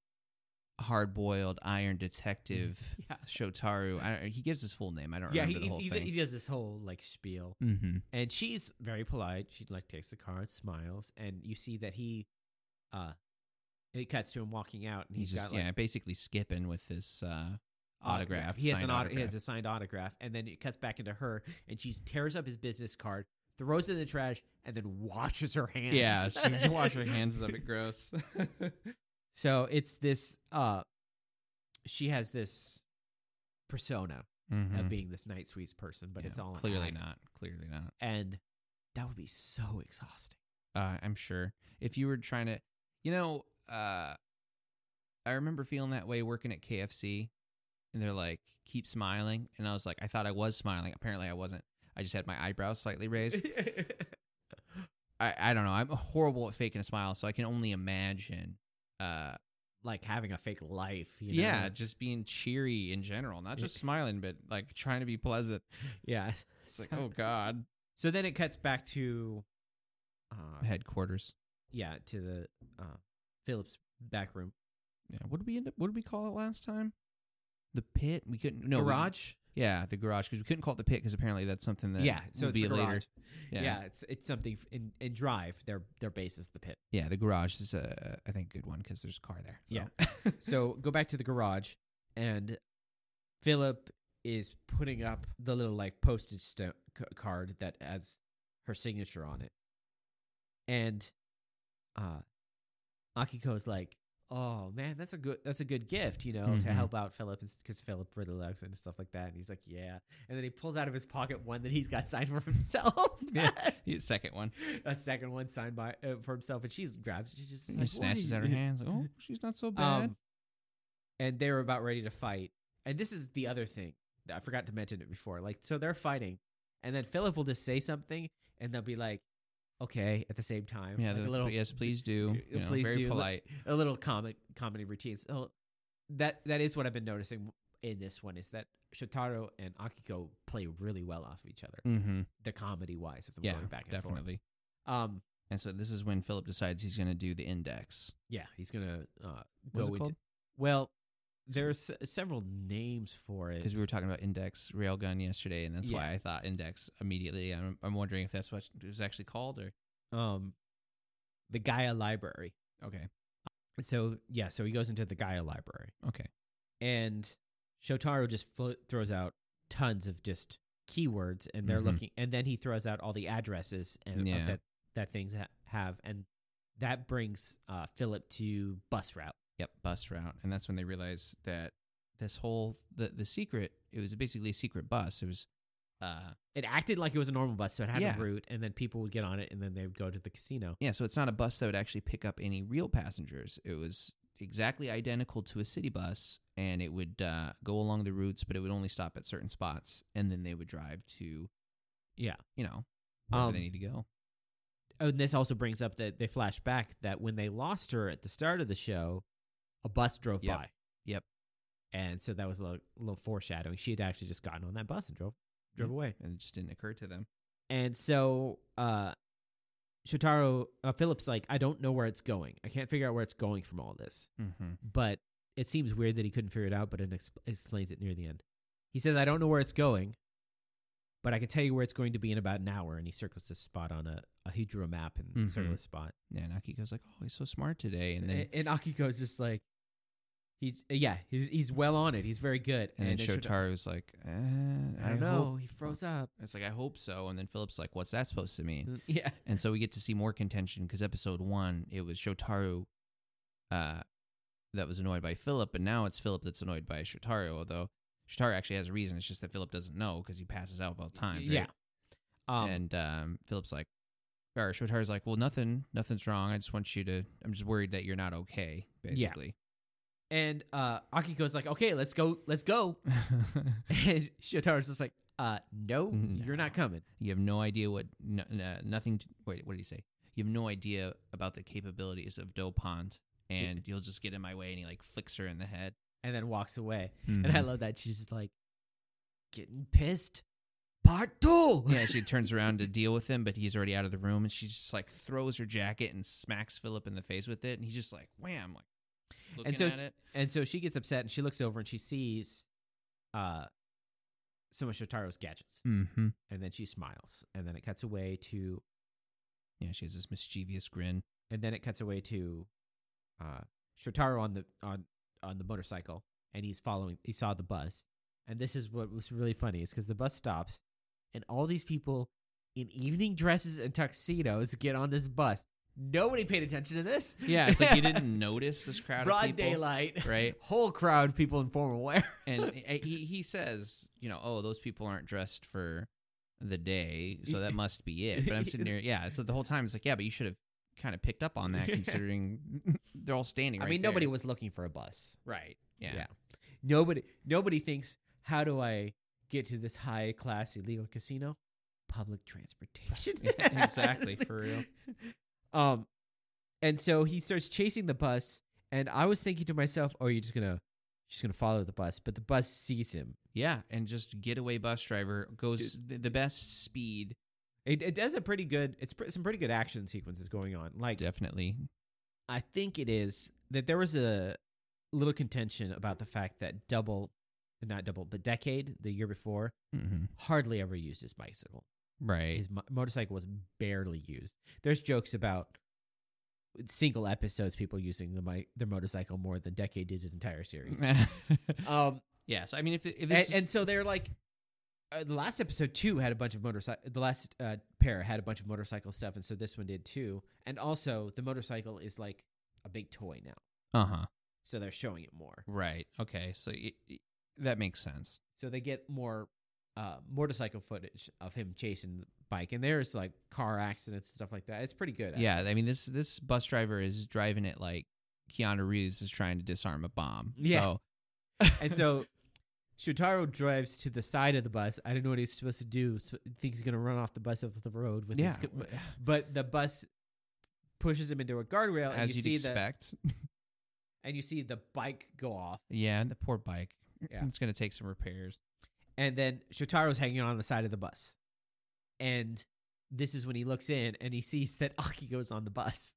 hard boiled iron detective
[laughs] [laughs] Yeah.
Shotaru. I don't, he gives his full name. I don't
Yeah, he,
remember the
he,
whole
he-
thing.
he does this whole like
[laughs]
spiel,
mm-hmm.
and she's very polite. She like takes the card, smiles, and you see that he, uh, it cuts to him walking out, and
He's,
he's
just
got like Oh,
yeah, basically skipping with this uh, autograph.
He has an
signed
auto- he
autograph.
has a signed autograph, and then it cuts back into her, and she tears up his business card, throws it in the trash, and then washes her hands.
yeah, she just
[laughs]
wash her hands of it. Gross.
So it's this. Uh, she has this persona of
Mhm.
being this night sweets person, but
Yeah,
it's all an
clearly
act.
not. Clearly not.
and that would be so exhausting.
uh, I'm sure. If you were trying to, you know, uh, I remember feeling that way working at KFC and they're like, "Keep smiling," and I was like, "I thought I was smiling. Apparently, I wasn't. I just had my eyebrows slightly raised." I I don't know. I'm horrible at faking a smile, so I can only imagine. Uh,
[laughs] like having a fake life. You know?
yeah, just being cheery in general,
[laughs]
not just smiling, but like trying to be pleasant.
yeah.
It's
So,
like, oh god,
so then it cuts back to, uh,
headquarters.
yeah, to the uh, Phillips back room
Yeah, what did we end up? What did we call it last time? The pit. We couldn't. No we-
garage.
yeah, the garage because we couldn't call it the pit because apparently that's something that
yeah, so
will
it's
be
the
later.
garage.
Yeah.
Yeah. it's it's something f- in, in Drive. Their their base is the pit.
Yeah, the garage is a I think good one because there's a car there. So.
Yeah. so go back to the garage, and Philip is putting up the little like postage sto- c- card that has her signature on it, and uh, Akiko's like, "Oh man, that's a good that's a good gift, you know, to
Mhm.
help out Philip because Philip really loves it and stuff like that." And he's like, "Yeah," and then he pulls out of his pocket one that he's got signed for himself.
Yeah. [laughs] Yeah, second one.
[laughs] a second one signed by uh, for himself, and she grabs. it. She's just
He
like,
snatches
"What
out
are
her
you-"
hands. Like, oh, she's not so bad.
Um, and they were about ready to fight. And this is the other thing that I forgot to mention it before. Like, so they're fighting, and then Philip will just say something, and they'll be like, "Okay," at the same time.
yeah,
like
the,
a little,
yes, please do.
Uh,
You know,
please
very
do. Look-
polite.
a little comic comedy routine. So that that is what I've been noticing in this one is that Shotaro and Akiko play really well off of each other,
Mm-hmm.
the comedy wise of them
Yeah,
going back and forth.
definitely.
Um,
And so this is when Philip decides he's going to do the index.
yeah, he's gonna uh,
What's
go
it
into
called?
Well, there's s- several names for it.
Because we were talking about index railgun yesterday, and that's
Yeah.
why I thought index immediately. I'm, I'm wondering if that's what it was actually called, or
um, the Gaia Library.
okay,
So yeah, so he goes into the Gaia Library,
okay,
and Shotaro just flo- throws out tons of just keywords, and they're
Mhm.
looking, and then he throws out all the addresses and uh,
Yeah.
that that things ha- have, and that brings uh, Philip to bus route.
yep, bus route. And that's when they realize that this whole the the secret. It was basically a secret bus. It was, uh,
It acted like it was a normal bus, so it had
Yeah.
a route, and then people would get on it, and then they would go to the casino.
Yeah, so it's not a bus that would actually pick up any real passengers. It was exactly identical to a city bus, and it would uh, go along the routes, but it would only stop at certain spots, and then they would drive to,
Yeah.
you know, wherever they
Um,
need to go.
Oh, and this also brings up that they flash back that when they lost her at the start of the show, a bus drove
Yep.
by.
Yep.
And so that was a little, little foreshadowing. She had actually just gotten on that bus and drove drove
Yeah.
away.
And it just didn't occur to them.
And so uh Shotaro uh, Phillips like I don't know where it's going. I can't figure out where it's going from all this.
Mm-hmm.
But it seems weird that he couldn't figure it out, but it ex- explains it near the end. He says I don't know where it's going, but I can tell you where it's going to be in about an hour and he circles this spot on a a he drew a map and
Mhm.
circles the spot.
Yeah, and Akiko's like, oh, he's so smart today. And then,
A- and, Akiko's just like he's uh, yeah he's he's well on it. He's very good.
and then
it's-
Shotaro was like, eh,
I don't know. he froze up.
It's like, I hope so. And then Philip's like, what's that supposed to mean?
[laughs] Yeah,
And so we get to see more contention because episode one, it was Shotaro uh, that was annoyed by Philip, but now it's Philip that's annoyed by Shotaro, although Shotaro actually has a reason. It's just that Philip doesn't know because he passes out both times.
yeah.
right?
Um,
and um, Philip's like, or Shotaro's like, well, nothing, nothing's wrong. I just want you to, I'm just worried that you're not okay,
Yeah.
basically.
and uh, Akiko's like, okay, let's go, let's go. [laughs] And Shotaro's just like, uh, no,
No.
you're not coming.
you have no idea what, no, no, nothing, to, wait, what did he say? You have no idea about the capabilities of Dopont, and you'll just get in my way. And he like flicks her in the head.
And then walks away. And I
Mhm.
love that she's just like getting pissed. Part two.
Yeah, she turns around to deal with him, but he's already out of the room, and she just like throws her jacket and smacks Philip in the face with it, and he's just like, wham, like looking
so
at
t-
it.
[laughs] And so she gets upset and she looks over and she sees, uh, some of Shotaro's gadgets.
Mm-hmm.
and then she smiles and then it cuts away to
Yeah, she has this mischievous grin.
and then it cuts away to uh Shotaro on the on on the motorcycle and he's following he saw the bus and this is what was really funny is cuz the bus stops and all these people in evening dresses and tuxedos get on this bus nobody paid attention to this
Yeah, it's like you didn't [laughs] notice this crowd
broad
of people,
daylight
right?
whole crowd of people in formal wear [laughs]
And he eh, he- he says, you know, oh, those people aren't dressed for the day, so that must be it. But I'm sitting
[laughs]
here, yeah. So the whole time it's like, yeah, but you should have kind of picked up on that,
Yeah.
considering [laughs] they're all standing.
i
right
mean nobody
there.
was looking for a bus
right. Yeah.
Yeah. Nobody nobody thinks how do I get to this high class illegal casino? Public
[laughs]
transportation.
Exactly, for real.
[laughs] Um and so he starts chasing the bus and I was thinking to myself, "Oh, you're just going to just going to follow the bus." But the bus sees him.
Yeah, and just getaway bus driver goes th- the best speed.
It, it does a pretty good it's pr- some pretty good action sequences going on. Like
Definitely.
I think it is that there was a little contention about the fact that double, not double, but decade, the year before,
hmm
hardly ever used his bicycle.
Right.
His mo- motorcycle was barely used. There's jokes about single episodes people using the mi- their motorcycle more than decade did his entire
[laughs]
series. um,
yeah. So I mean, if it- if
and,
this is-
and so they're like, uh, the last episode too had a bunch of motorcycle. The last uh, pair had a bunch of motorcycle stuff, and so this one did too. And also, the motorcycle is like a big toy now,
uh huh.
so they're showing it more.
Right. Okay. So y y- that makes sense.
so they get more uh, motorcycle footage of him chasing the bike, and there's like car accidents and stuff like that. It's pretty good.
Yeah. I mean, this this bus driver is driving it like Keanu Reeves is trying to disarm a bomb.
Yeah.
So,
actually. [laughs] and so Shotaro drives to the side of the bus. I don't know what he's supposed to do. So thinks he's gonna run off the bus off the road with
[laughs] yeah.
his. But the bus pushes him into a guardrail, and
As
you
you'd
see
expect.
the and you see the bike go off,
yeah. And the poor bike.
Yeah.
It's gonna take some repairs.
and then Shotaro's hanging on the side of the bus, and this is when he looks in and he sees that [laughs] Akiko's on the bus.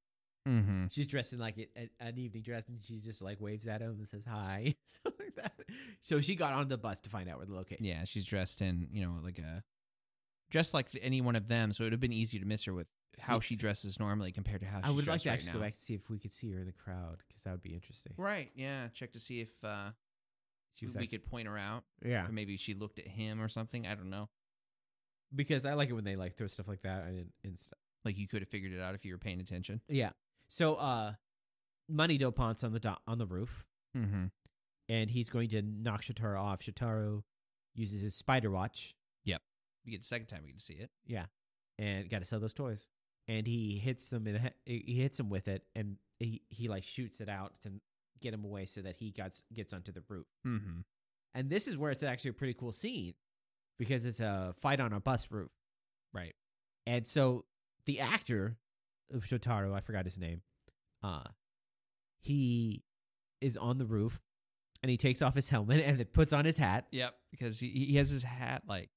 Mm-hmm.
She's dressed in like a, a- an evening dress, and she just like waves at him and says hi, [laughs] stuff like that. So she got on the bus to find out where the location.
Yeah, she's dressed in, you know, like a dressed like th- any one of them, so it would have been easy to miss her with how
Yeah.
she dresses normally compared to how she's
I would like
dressed
to
right
actually
now.
go back to see if we could see her in the crowd because that would be interesting.
Right, yeah, check to see if uh
She was
we
like,
could point her out.
yeah,
Or maybe she looked at him or something. I don't know.
because I like it when they like throw stuff like that and, and stuff.
Like you could have figured it out if you were paying attention.
Yeah. So, uh, Money Dopant's on the do- on the roof,
Mm-hmm.
and he's going to knock Shotaro off. Shotaro uses his spider watch.
You get the second time we get to see it.
and got to sell those toys. And he hits them in the he he hits him with it, and he he like shoots it out to get him away so that he gets gets onto the roof.
Mm-hmm.
And this is where it's actually a pretty cool scene because it's a fight on a bus roof,
Right.
and so the actor of Shotaro, I forgot his name, uh, he is on the roof, and he takes off his helmet and it puts on his hat.
Yep. Because he, he has his hat like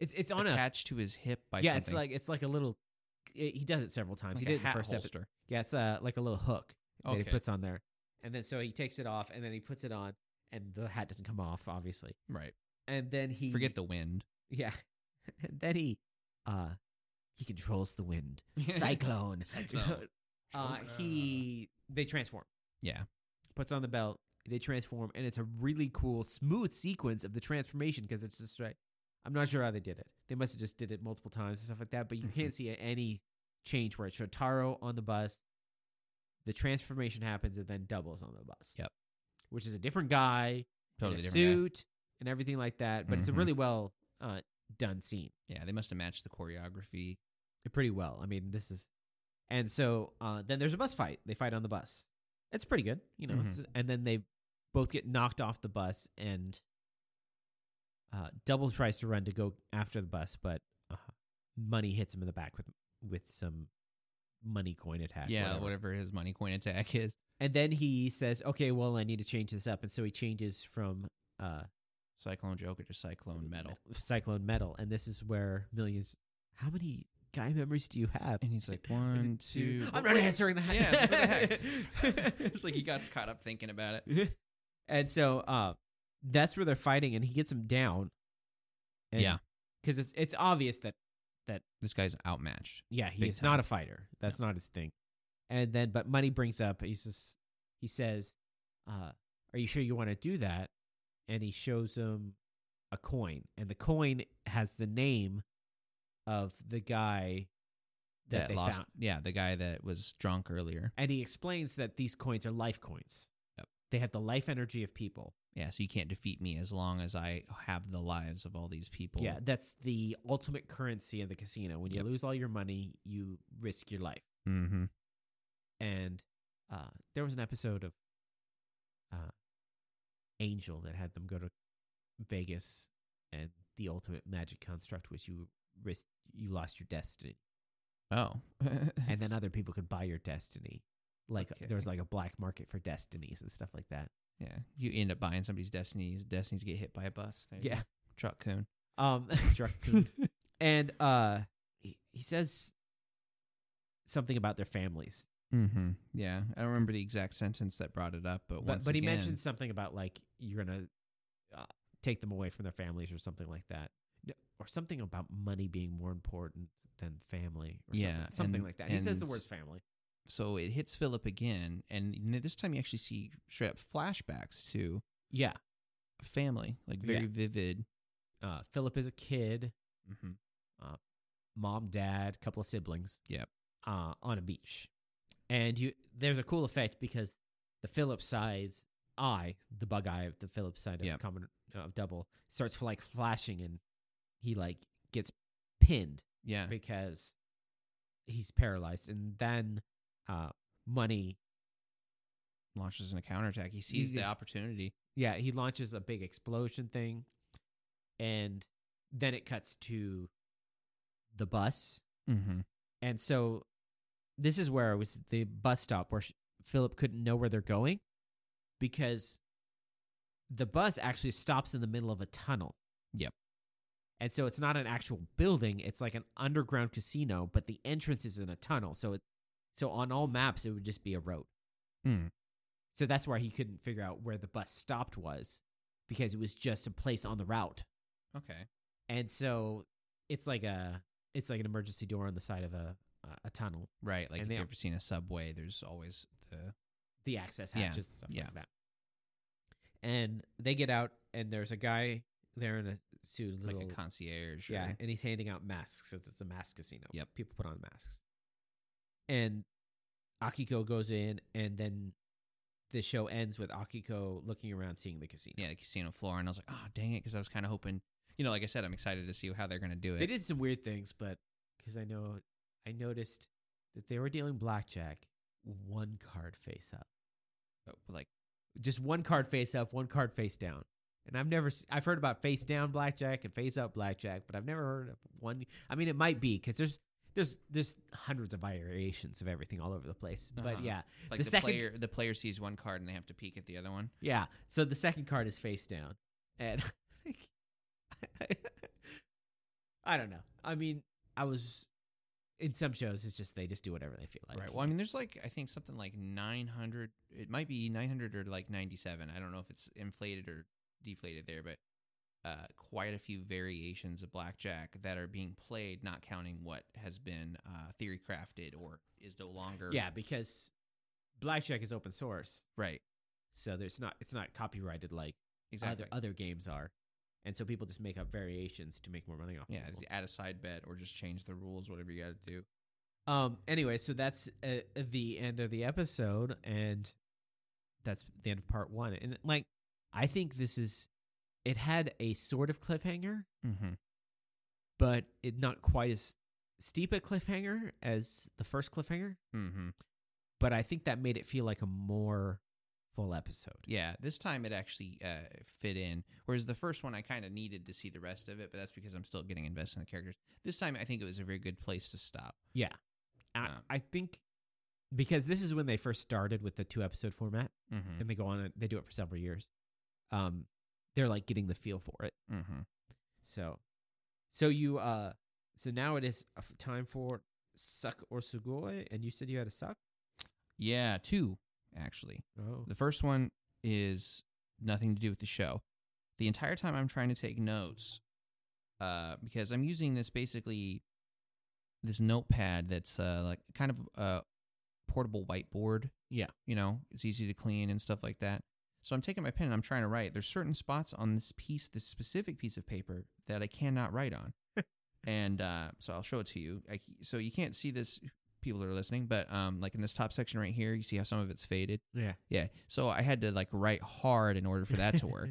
It's it's on a
attached to his hip by
yeah,
something.
it's like it's like a little. He does it several times. he
Like a
did it the
hat
first episode.
holster.
Yeah, it's uh, like a little hook that he
Okay.
puts on there. And then so he takes it off and then he puts it on and the hat doesn't come off, obviously.
right.
And then he
Forget the wind.
[laughs] Yeah. and then he uh he controls the
[laughs]
wind. Cyclone.
Cyclone.
uh he they transform.
Yeah.
Puts on the belt, they transform, and it's a really cool, smooth sequence of the transformation because it's just right. I'm not sure how they did it. They must have just did it multiple times and stuff like that, but you
Mhm.
can't see any change where it's Shotaro on the bus, the transformation happens, and then doubles on the bus.
Yep.
Which is a different guy, in
Totally
a
different. guy.
suit, and everything like that. But it's a
Mhm.
really well uh, done scene.
Yeah, they must have matched the choreography.
Pretty well. I mean, this is. And so uh, then there's a bus fight. They fight on the bus. It's pretty good, you know. It's,
Mm-hmm.
and then they both get knocked off the bus, and uh, Double tries to run to go after the bus, but uh, Money hits him in the back with with some money coin attack.
yeah, whatever. his money coin attack is.
And then he says, "Okay, well, I need to change this up," and so he changes from uh,
Cyclone Joker to Cyclone Metal.
Cyclone Metal, and this is where millions. How many guy memories do you have? [laughs]
And he's like, one, two.
I'm not answering the
[laughs] Yeah, it's
[laughs]
like, what the
hat.
[laughs] heck? it's like he got caught up thinking about it.
[laughs] and so uh, that's where they're fighting, and he gets him down.
Yeah.
because it's it's obvious that
This guy's outmatched.
yeah he
Big
is not a fighter. That's not his thing. And then, but Money brings up he's just he says, uh, "Are you sure you want to do that?" And he shows him a coin, and the coin has the name of the guy that, they
lost.
found.
Yeah, the guy that was drunk earlier.
And he explains that these coins are life coins.
Yep.
They have the life energy of people.
Yeah, so you can't defeat me as long as I have the lives of all these people.
Yeah, that's the ultimate currency in the casino. When you
Yep.
lose all your money, you risk your life.
Mm-hmm.
And uh, there was an episode of uh, angel that had them go to Vegas and the ultimate magic construct was you risked you lost your destiny.
[laughs] Oh. [laughs]
And then other people could buy your destiny. Like
Okay.
there was like a black market for destinies and stuff like that.
yeah, you end up buying somebody's destinies. Destinies get hit by a bus. There you
Yeah.
go. truck coon.
Um
[laughs]
[laughs] Dracul. and uh he, he says something about their families.
mm-hmm. Yeah, I don't remember the exact sentence that brought it up, but
But
once
but he
again-
mentioned something about like you're going to uh, take them away from their families or something like that. No, Or something about money being more important than family or
Yeah,
something, something
and-
like that. He says the
and-
words family.
so it hits Philip again, and you know, this time you actually see straight up flashbacks to
Yeah.
family, like very
Yeah.
vivid.
Uh, Philip is a kid.
Mm-hmm.
mom, dad, couple of siblings.
Yep.
Uh, on a beach, and you there's a cool effect because the Phillips side's eye, the bug eye of the Phillips side of
Yep.
common of double, starts like flashing, and he like gets pinned
Yeah,
because he's paralyzed, and then uh, money.
launches in a counterattack. He sees the
Yeah.
opportunity.
Yeah, he launches a big explosion thing, and then it cuts to the bus
Mm-hmm.
And so this is where it was the bus stop where sh- Philip couldn't know where they're going because the bus actually stops in the middle of a tunnel.
Yep.
And so it's not an actual building, it's like an underground casino, but the entrance is in a tunnel. So it so on all maps it would just be a road.
Hmm.
So that's why he couldn't figure out where the bus stopped was because it was just a place on the route.
Okay.
And so it's like a it's like an emergency door on the side of a a tunnel.
Right. Like
And
if
they-
you've ever seen a subway, there's always the
the access
Yeah,
hatches and stuff
yeah.
like that. And they get out, and there's a guy there in a suit,
it's
little,
like a concierge.
yeah,
or-
and he's handing out masks. 'cause It's a mask casino.
Yep.
people put on masks. And Akiko goes in, and then the show ends with Akiko looking around, seeing the casino.
yeah, the casino floor. And I was like, oh, dang it. Because I was kind of hoping, you know, like I said, I'm excited to see how they're going to do it.
they did some weird things, but because I know I noticed that they were dealing blackjack, one card face up.
But, like,
just one card face up, one card face down. And I've never, s- I've heard about face down blackjack and face up blackjack, but I've never heard of one. I mean, it might be because there's, there's, there's hundreds of variations of everything all over the place.
Uh-huh.
But yeah,
like
The
the,
second-
player, the player sees one card and they have to peek at the other one.
yeah. So the second card is face down, and [laughs] I don't know. I mean, I was in some shows. It's just they just do whatever they feel like.
right. Well, I mean, there's like I think something like 900. It might be 900 or like 97. I don't know if it's inflated or deflated there, but uh, quite a few variations of blackjack that are being played, not counting what has been uh, theory crafted or is no longer.
yeah, because blackjack is open source,
Right.
so there's not, it's not copyrighted like
Exactly.
other other games are, and so people just make up variations to make more money off.
yeah.
people.
Add a side bet or just change the rules, whatever you got to do.
Um. Anyway, so that's uh, the end of the episode, and that's the end of part one. And like, I think this is it had a sort of cliffhanger,
Mm-hmm.
but it not quite as steep a cliffhanger as the first cliffhanger.
Mm-hmm.
But I think that made it feel like a more full episode.
Yeah, this time it actually uh, fit in. Whereas the first one, I kind of needed to see the rest of it, but that's because I'm still getting invested in the characters. This time, I think it was a very good place to stop.
I,
Um,
I think because this is when they first started with the two episode format.
Mm-hmm.
and they go on and they do it for several years. Um, they're like getting the feel for it.
Mm-hmm.
So, so you uh, so now it is a f- time for suck or sugoi, and you said you had a suck.
Yeah, two actually.
Oh,
The first one is nothing to do with the show. The entire time I'm trying to take notes, uh, because I'm using this basically this notepad that's uh, like kind of uh, portable whiteboard.
Yeah.
you know, it's easy to clean and stuff like that. So I'm taking my pen and I'm trying to write. There's certain spots on this piece, this specific piece of paper that I cannot
[laughs]
write on, and uh, so I'll show it to you. I, so you can't see this, people that are listening, but um, like in this top section right here, you see how some of it's faded.
yeah,
Yeah. So I had to like write hard in order for that
[laughs]
to work.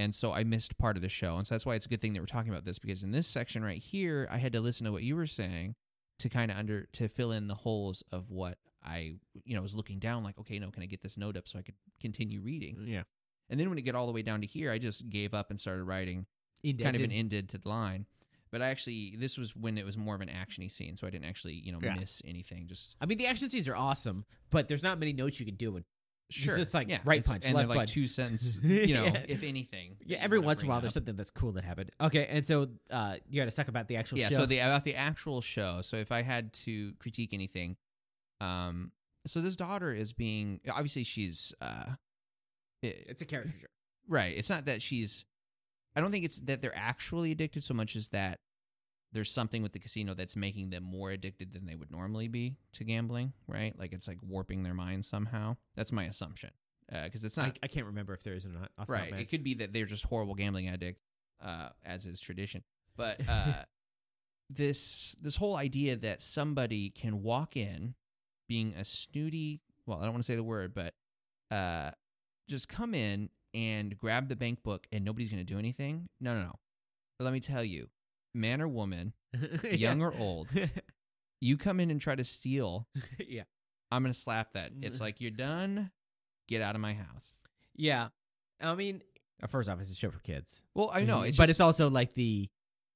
and so I missed part of the show. And so that's why it's a good thing that we're talking about this because in this section right here, I had to listen to what you were saying to kind of under to fill in the holes of
Mm.
what I you know was looking down like okay no can I get this note up so I could continue reading
yeah,
And then when it get all the way down to here, I just gave up and started writing
Indented.
kind of an ended to the line. But I actually, this was when it was more of an actiony scene, so I didn't actually, you know,
Yeah.
miss anything. Just
I mean, the action scenes are awesome, but there's not many notes you can
[laughs]
do. When,
sure,
just like right
it's-
punch,
and
left
they're like
punch. [laughs]
two sentence, you know,
Yeah.
if anything.
yeah,
that
every
you wanna
once in a
bring
while,
up.
there's something that's cool that happened. Okay, and so uh, you got to suck about the actual
yeah.
show.
So the about the actual show. So if I had to critique anything, um, so this daughter is being obviously she's uh, it,
it's a character show.
Right. It's not that she's. I don't think it's that they're actually addicted so much as that there's something with the casino that's making them more addicted than they would normally be to gambling. Right. Like it's like warping their mind somehow. That's my assumption. Because it's
I,
not
I can't remember if there is or not. Off the top of
right.
my
It
head.
could be that they're just horrible gambling addict, uh, as is tradition. But [laughs] uh, this this whole idea that somebody can walk in, being a snooty well, I don't want to say the word, but uh, just come in and grab the bank book and nobody's going to do anything. No, no, no. Let me tell you, man or [laughs] woman,
[laughs]
young or old, you come in and try to steal.
yeah,
I'm going to slap [laughs] that. It's like you're done. Get out of my house.
yeah. I mean, uh, first off, it's a show for kids.
Well, I know,
Mhm.
Mm-hmm. it's
but
just-
it's also like the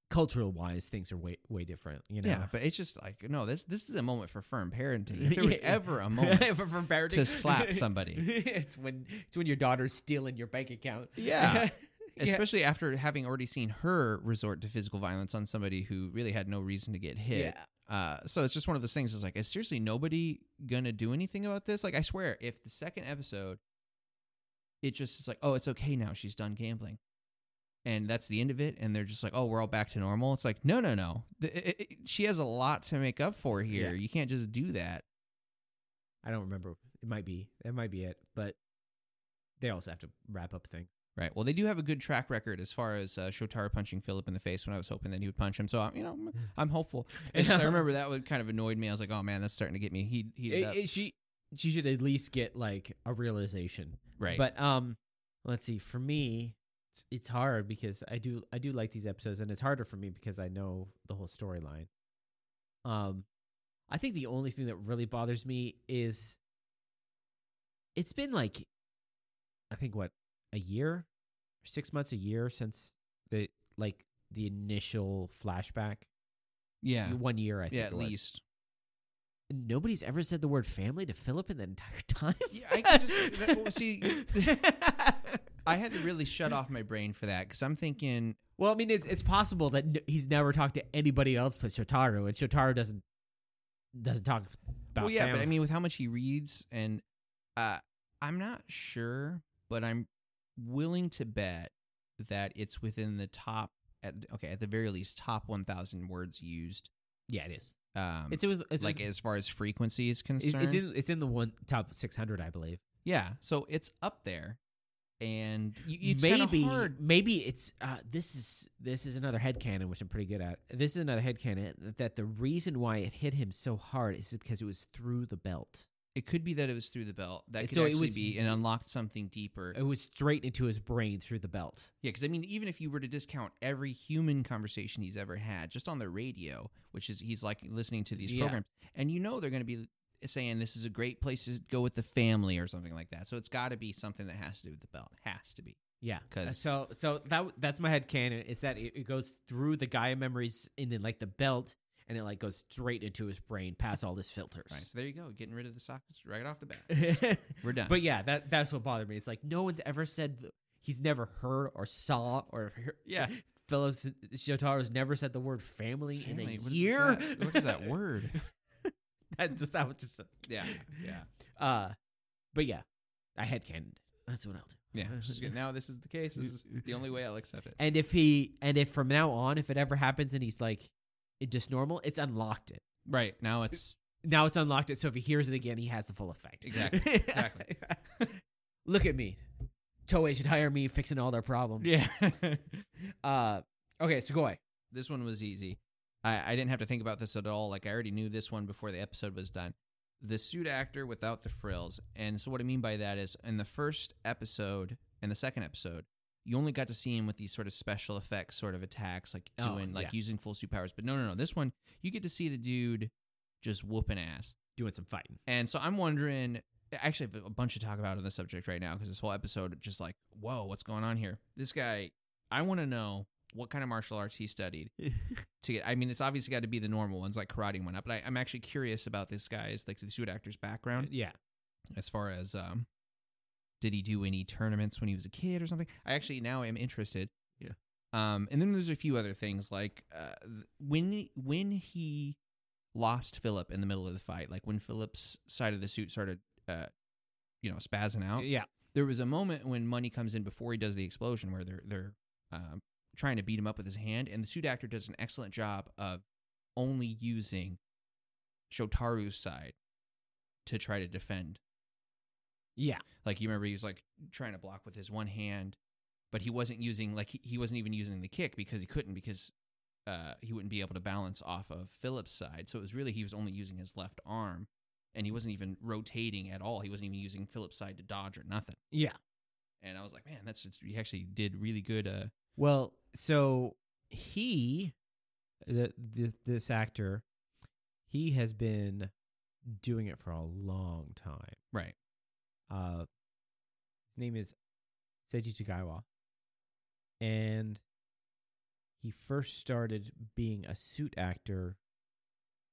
cultural wise things are way way different. You know, [laughs]
Yeah, but it's just like no, this this is a moment for firm parenting. If there was
Yeah.
ever
[laughs]
a moment,
From- from parenting. [laughs]
to slap somebody.
it's when it's when your daughter's stealing your bank account.
Yeah.
[laughs] Yeah.
especially after having already seen her resort to physical violence on somebody who really had no reason to get hit.
Yeah.
Uh, so it's just one of those things. It's like, is seriously nobody gonna do anything about this? Like, I swear, if the second episode, it just is like, oh, it's okay now. She's done gambling, and that's the end of it. And they're just like, oh, we're all back to normal. It's like, no, no, no. The, it, it, it- she has a lot to make up for here.
Yeah.
You can't just do that.
I don't remember. It might be. That might be it. But they also have to wrap up things.
Right. Well, they do have a good track record as far as uh, Shotaro punching Philip in the face when I was hoping that he would punch him. So I'm, you know,
Mm.
I'm-
[laughs]
I'm hopeful. It's just- I remember that would kind of annoyed me. I was like, oh man, that's starting to get me. He heated up.
It- it- she she should at least get like a realization.
right.
But um, let's see. For me, it's, it's hard because I do I do like these episodes, and it's harder for me because I know the whole storyline. Um, I think the only thing that really bothers me is it's been like I think what a year, six months, a year since the like the initial flashback.
yeah,
One year, I think.
yeah, at
it was.
least.
Nobody's ever said the word family to Philip in the entire [laughs] time.
Yeah, I could just that, well, see.
[laughs]
I had to really shut off my brain for that because I'm thinking,
Well, I mean, it's it's possible that n- he's never talked to anybody else but Shotaro, and Shotaro doesn't doesn't talk about.
well, yeah, but I
family.
mean, with how much he reads, and uh, I'm not sure, but I'm willing to bet that it's within the top. At, okay, at the very least, top 1,000 words used.
yeah, it is.
Um,
It's it was it's,
like
it's,
as far as frequency is
it's,
concerned.
it's in it's in the one top six hundred, I believe.
yeah, so it's up there, and y- it's kind of
maybe
hard.
maybe it's uh, this is this is another headcanon, which I'm pretty good at. This is another headcanon that the reason why it hit him so hard is because it was through the belt.
It could be that it was through the belt. That
And
could
so it
actually
was- Oh.
be and unlocked something deeper.
It was straight into his brain through the belt.
Yeah, because I mean, even if you were to discount every human conversation he's ever had, just on the radio, which is he's like listening to these
Yeah.
programs, and you know they're going to be saying this is a great place to go with the family or something like that. So it's got to be something that has to do with the belt. Has to be.
Yeah. Uh,
'Cause-
so so that that's my head canon is that it, it goes through the Gaia memories and then like the belt and it like goes straight into his brain past all his filters.
All right. So there you go. Getting rid of the sockets right off
[laughs]
the bat. We're done.
but yeah, that that's what bothered me. It's like no one's ever said th- he's never heard or saw or hear-
Yeah.
Phillips Shotaro's never said the word family,
Family,
in a
what is
year.
that? What is that word?
[laughs] that just that was just
Yeah, yeah.
Uh, but yeah, I head canon. That's what I'll do.
[laughs] Yeah. just good. Now this is the case. This is the only way I'll accept it.
And if he and if from now on, if it ever happens and he's like it just normal, it's unlocked it.
Right. Now it's
Now it's unlocked it, so if he hears it again, he has the full effect.
Exactly, exactly.
[laughs] Look at me. Toei should hire me fixing all their problems.
Yeah. [laughs]
Uh okay, so go away.
this one was easy. I, I didn't have to think about this at all. Like I already knew this one before the episode was done. The suit actor without the frills. And so what I mean by that is in the first episode and the second episode, you only got to see him with these sort of special effects sort of attacks, like
Oh,
doing like
yeah.
using full suit powers. But no no no. This one you get to see the dude just whooping ass.
Doing some fighting.
And so I'm wondering I actually have a bunch to talk about on the subject right now because this whole episode just like, whoa, what's going on here? This guy, I want to know what kind of martial arts he studied to get. I mean, it's obviously got to be the normal ones like karate and whatnot, but I, I'm actually curious about this guy's like the suit actor's background
yeah.
as far as um did he do any tournaments when he was a kid or something i actually now am interested
Yeah.
um and then there's a few other things like uh th- when when he lost philip in the middle of the fight like when philip's side of the suit started uh you know spazzing out
Yeah.
there was a moment when money comes in before he does the explosion where they're they're um, trying to beat him up with his hand and the suit actor does an excellent job of only using shotaru's side to try to defend
Yeah.
like you remember he was like trying to block with his one hand but he wasn't using like he, he wasn't even using the kick because he couldn't because uh, he wouldn't be able to balance off of Philip's side. So it was really he was only using his left arm and he wasn't even rotating at all. He wasn't even using Philip's side to dodge or nothing.
Yeah.
And I was like, man, that's it's, he actually did really good. Uh,
Well, so he, the, the this actor, he has been doing it for a long time.
right.
Uh, his name is Seiji Tagawa, and he first started being a suit actor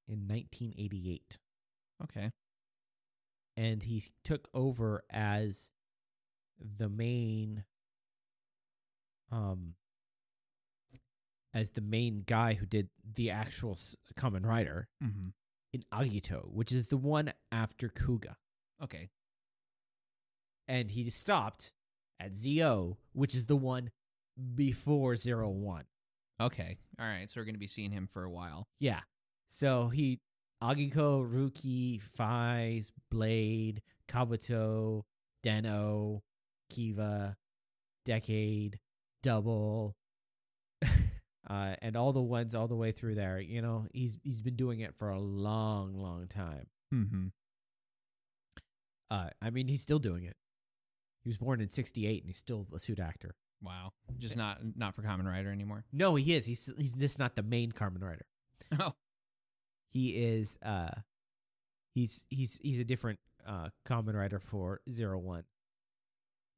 in 1988,
Okay.
and he took over as the main, um, as the main guy who did the actual s- Kamen Rider
Mm-hmm.
in Agito, which is the one after Kuga.
Okay.
and he stopped at ZO, which is the one before zero one.
Okay. All right. So we're going to be seeing him for a while.
Yeah. So he Agiko, Ruki, Fize, Blade, Kabuto, Deno, Kiva, Decade, Double, [laughs] uh, and all the ones all the way through there. You know, he's he's been doing it for a long, long time.
Mm-hmm.
Uh, I mean, he's still doing it. He was born in '68, and he's still a suit actor.
Wow. Just not, not for Common Rider anymore.
No, he is. He's he's just not the main Carmen Rider.
Oh,
He is uh he's he's he's a different uh Carmen Rider for Zero One.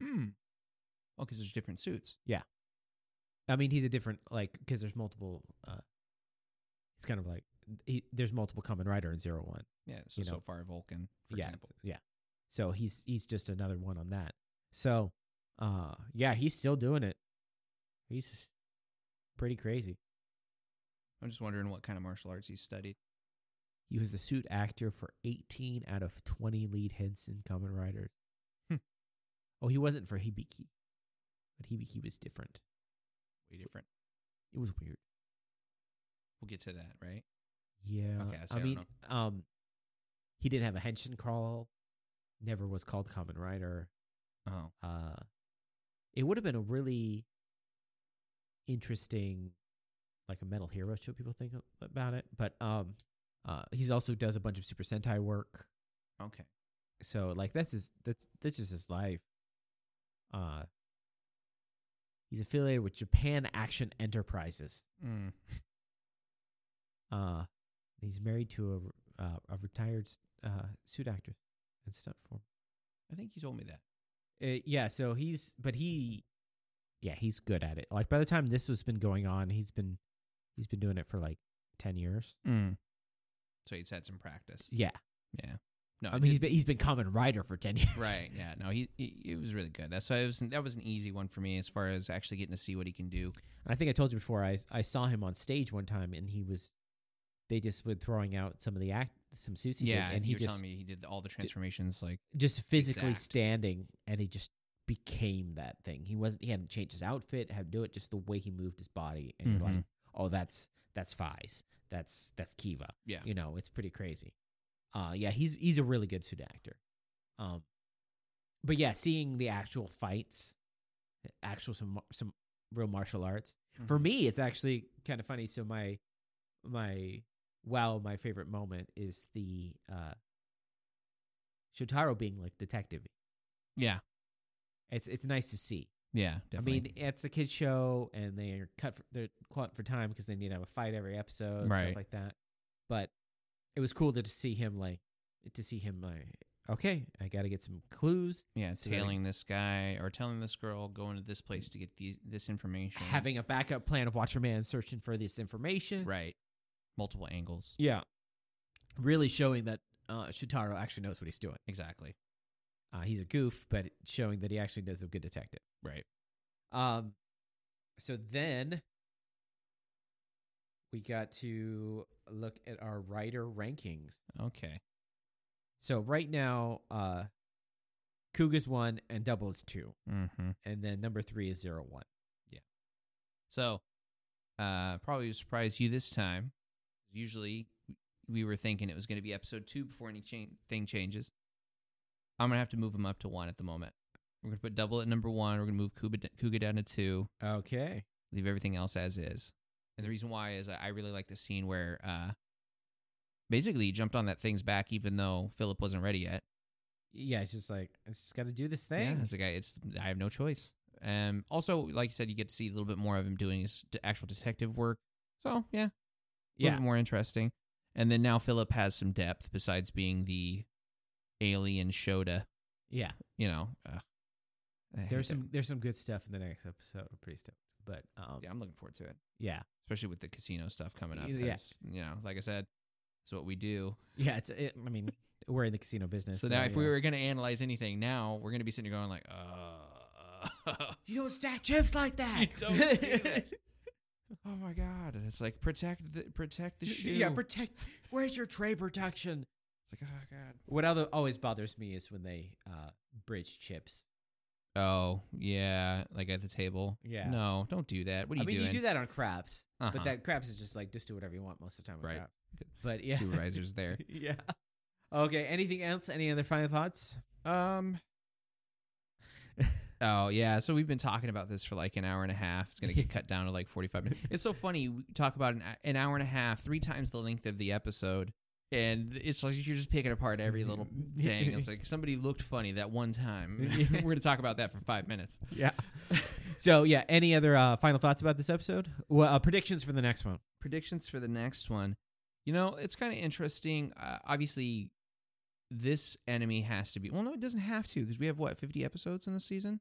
hmm. Well, because there's different suits.
I mean, he's a different like because there's multiple uh it's kind of like he, there's multiple Carmen Rider in Zero One.
Yeah. So,
You know.
so far, Vulcan, for
yeah,
example.
yeah. So he's he's just another one on that. So uh yeah, he's still doing it. He's pretty crazy.
I'm just wondering what kind of martial arts he studied.
He was the suit actor for 18 out of 20 lead hits in Kamen Riders.
Hmm.
Oh, he wasn't for Hibiki, but Hibiki was different.
Way different.
It was weird.
We'll get to that, right?
Yeah.
Okay, I see, I
I
don't
mean, um, he didn't have a henshin call, never was called Kamen Rider.
Oh,
Uh, it would have been a really interesting, like a Metal Hero show. People think a- about it, but um, uh, he's also does a bunch of Super Sentai work.
okay.
so like that's his that's that's just his life. Uh he's affiliated with Japan Action Enterprises.
Mm.
Uh he's married to a uh, a retired uh suit actress and stunt form.
I think you told me that.
Uh, yeah, so he's but he yeah, he's good at it. Like by the time this has been going on, he's been he's been doing it for like 10 years.
Mm. So he's had some practice.
Hmm. Yeah.
Yeah. No,
I
it
mean, he's
did-
been he's been common rider for 10 [laughs] years.
[laughs] right. Yeah. No, he, he it was really good. That's why it was that was an easy one for me as far as actually getting to see what he can do.
And I think I told you before I I saw him on stage one time and he was they just were throwing out some of the act some suits he
yeah,
did and he
you were
just
telling me he did all the transformations. like,
just physically
exact.
standing and he just became that thing. He wasn't he hadn't changed his outfit, had to do it just the way he moved his body and you're like, "Oh, that's that's Fize. That's that's Kiva."
yeah,
You know, it's pretty crazy. Uh yeah, he's he's a really good suit actor. Um but yeah, seeing the actual fights, actual some mar- some real martial arts for
Mhm.
me it's actually kind of funny so my my wow my favorite moment is the uh shotaro being like detective
yeah,
it's it's nice to see
yeah. Definitely.
i mean it's a kid show and they're cut for they're cut for time because they need to have a fight every episode and
Right.
stuff like that but it was cool to, to see him like to see him uh, okay, I got to get some clues.
Yeah,
So that I-
tailing this guy or telling this girl going to this place to get these this information.
Having a backup plan of Watcherman searching for this information.
right multiple angles
Yeah. Really showing that uh, Shitaro actually knows what he's doing.
exactly.
Uh, he's a goof, but showing that he actually does a good detective.
Right.
Um, so then we got to look at our writer rankings.
Okay.
So right now, uh, Couga's one and Double is two,
Mm-hmm.
and then number three is zero one.
So, uh, probably surprise you this time. Usually, we were thinking it was going to be episode two before anything changes. I'm gonna have to move him up to one at the moment. We're gonna put double at number one. We're gonna move Kuga, d- Kuga down to two.
Okay.
leave everything else as is. And the reason why is I I really like the scene where uh basically he jumped on that thing's back even though Philip wasn't ready yet.
Yeah, it's just like I just got to do this thing.
Yeah, it's like I, it's I have no choice. Um also like you said you get to see a little bit more of him doing his d- actual detective work. So, yeah, a little
yeah.
bit more interesting. And then now Philip has some depth besides being the alien Shoda,
yeah.
you know. Uh, I hate
There's
that.
some there's some good stuff in the next episode. I'm pretty stoked, but um,
Yeah, I'm looking forward to it.
yeah,
Especially with the casino stuff coming up.
Yeah.
'cause, You know, like I said, it's what we do.
yeah. It's it, I mean we're in the casino business.
So now, if we
yeah.
were going to analyze anything, now we're going to be sitting there going like, uh,
you don't stack chips like that.
You don't do [laughs] it. oh my god! And it's like protect the protect the
[laughs]
shoe.
yeah, protect. Where's your tray protection?
it's
"Ah,
like oh god.
What other always bothers me is when they uh bridge chips.
Oh yeah, like at the table.
Yeah.
No, don't do that. What are
I
you
mean,
doing?
you do that on craps,
Uh-huh.
but that craps is just like just do whatever you want most of the time. on
Right.
crap.
Good.
But yeah, [laughs]
Supervisors there.
yeah. Okay. Anything else? Any other final thoughts?
Um. [laughs] oh yeah, so we've been talking about this for like an hour and a half. It's gonna
[laughs]
get cut down to like forty-five minutes. It's so funny. We talk about an, an hour and a half, three times the length of the episode, and it's like you're just picking apart every
[laughs]
little thing. It's like somebody looked funny that one time. [laughs] We're gonna talk about that for five minutes.
Yeah. [laughs] so yeah, any other uh, final thoughts about this episode? Well, uh, predictions for the next one.
predictions for the next one. You know, it's kind of interesting. Uh, obviously, this enemy has to be. Well, no, it doesn't have to because we have what fifty episodes in this season,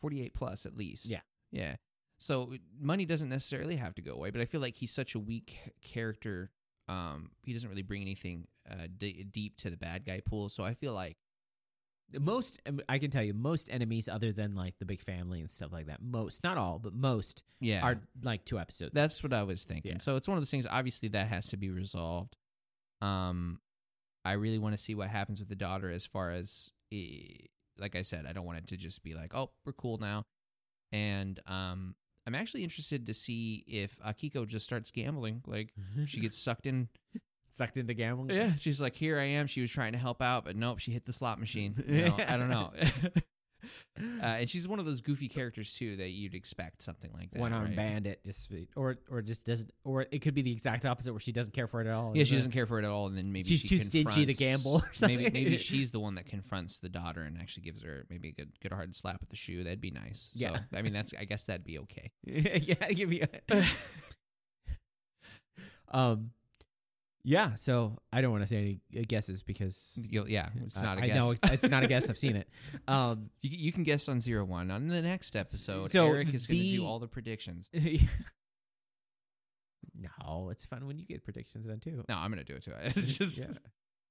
forty-eight plus at least.
Yeah.
yeah. So money doesn't necessarily have to go away, but I feel like he's such a weak character. Um, he doesn't really bring anything uh, d- deep to the bad guy pool. So I feel like
Most um, I can tell you, most enemies other than like the big family and stuff like that. Most, not all, but most
yeah,
are like two episodes.
That's what I was thinking.
Yeah.
So it's one of those things. Obviously, that has to be resolved. Um, I really want to see what happens with the daughter. As far as eh, like I said, I don't want it to just be like, oh, we're cool now. And um, I'm actually interested to see if Akiko just starts gambling. Like she gets sucked in.
sucked into gambling. [laughs]
Yeah, she's like, here I am. She was trying to help out, but nope, she hit the slot machine.
[laughs]
You know, I don't know. [laughs] Uh, and she's one of those goofy characters too that you'd expect something like that.
One arm
right?
bandit, just or or just doesn't, or it could be the exact opposite where she doesn't care for it at all.
Yeah,
Is
she
it-
doesn't care for it at all, and then maybe
She's
she
too stingy to
confronts-
gamble or something. [laughs]
Maybe, maybe she's the one that confronts the daughter and actually gives her maybe a good, good hard slap with the shoe. That'd be nice. So,
Yeah.
I mean, that's I guess that'd
[laughs]
be okay.
yeah, give me.
[laughs]
A [laughs] um, yeah. So I don't want to say any uh, guesses because
You'll, yeah, it's
I-
not a
I
guess.
know it's, it's not a guess. I've
[laughs]
seen it. Um, [laughs]
You, you can guess on zero one on the next episode.
so
Eric is going to
the-
do all the predictions.
no, it's fun when you get predictions done too.
No, I'm going to do it too. [laughs] It's just
Yeah.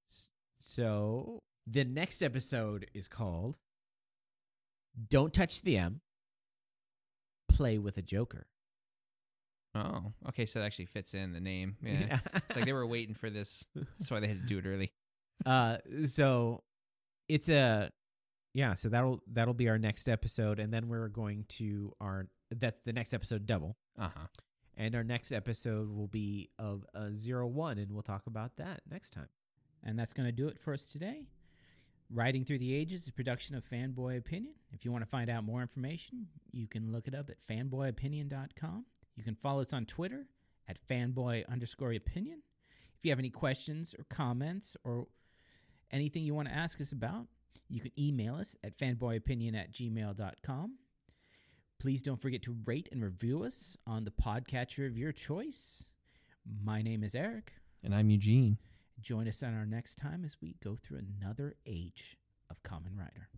S- So the next episode is called "Don't Touch the M." Play with a Joker. [laughs]
oh, okay. So it actually fits in the name. Yeah,
[laughs]
it's like they were waiting for this. That's why they had to do it early.
uh so it's a yeah so that'll that'll be our next episode and then we're going to our that's the next episode double
Uh huh.
and our next episode will be of a zero one and we'll talk about that next time
And that's going to do it for us today. Riding Through the Ages is a production of Fanboy Opinion. If you want to find out more information, you can look it up at fanboyopinion.com. You can follow us on Twitter at fanboy underscore opinion. If you have any questions or comments or anything you want to ask us about, you can email us at fanboyopinion at gmail.com. Please don't forget to rate and review us on the podcatcher of your choice. My name is Eric
And I'm Eugene.
Join us on our next time as we go through another age of Common Rider.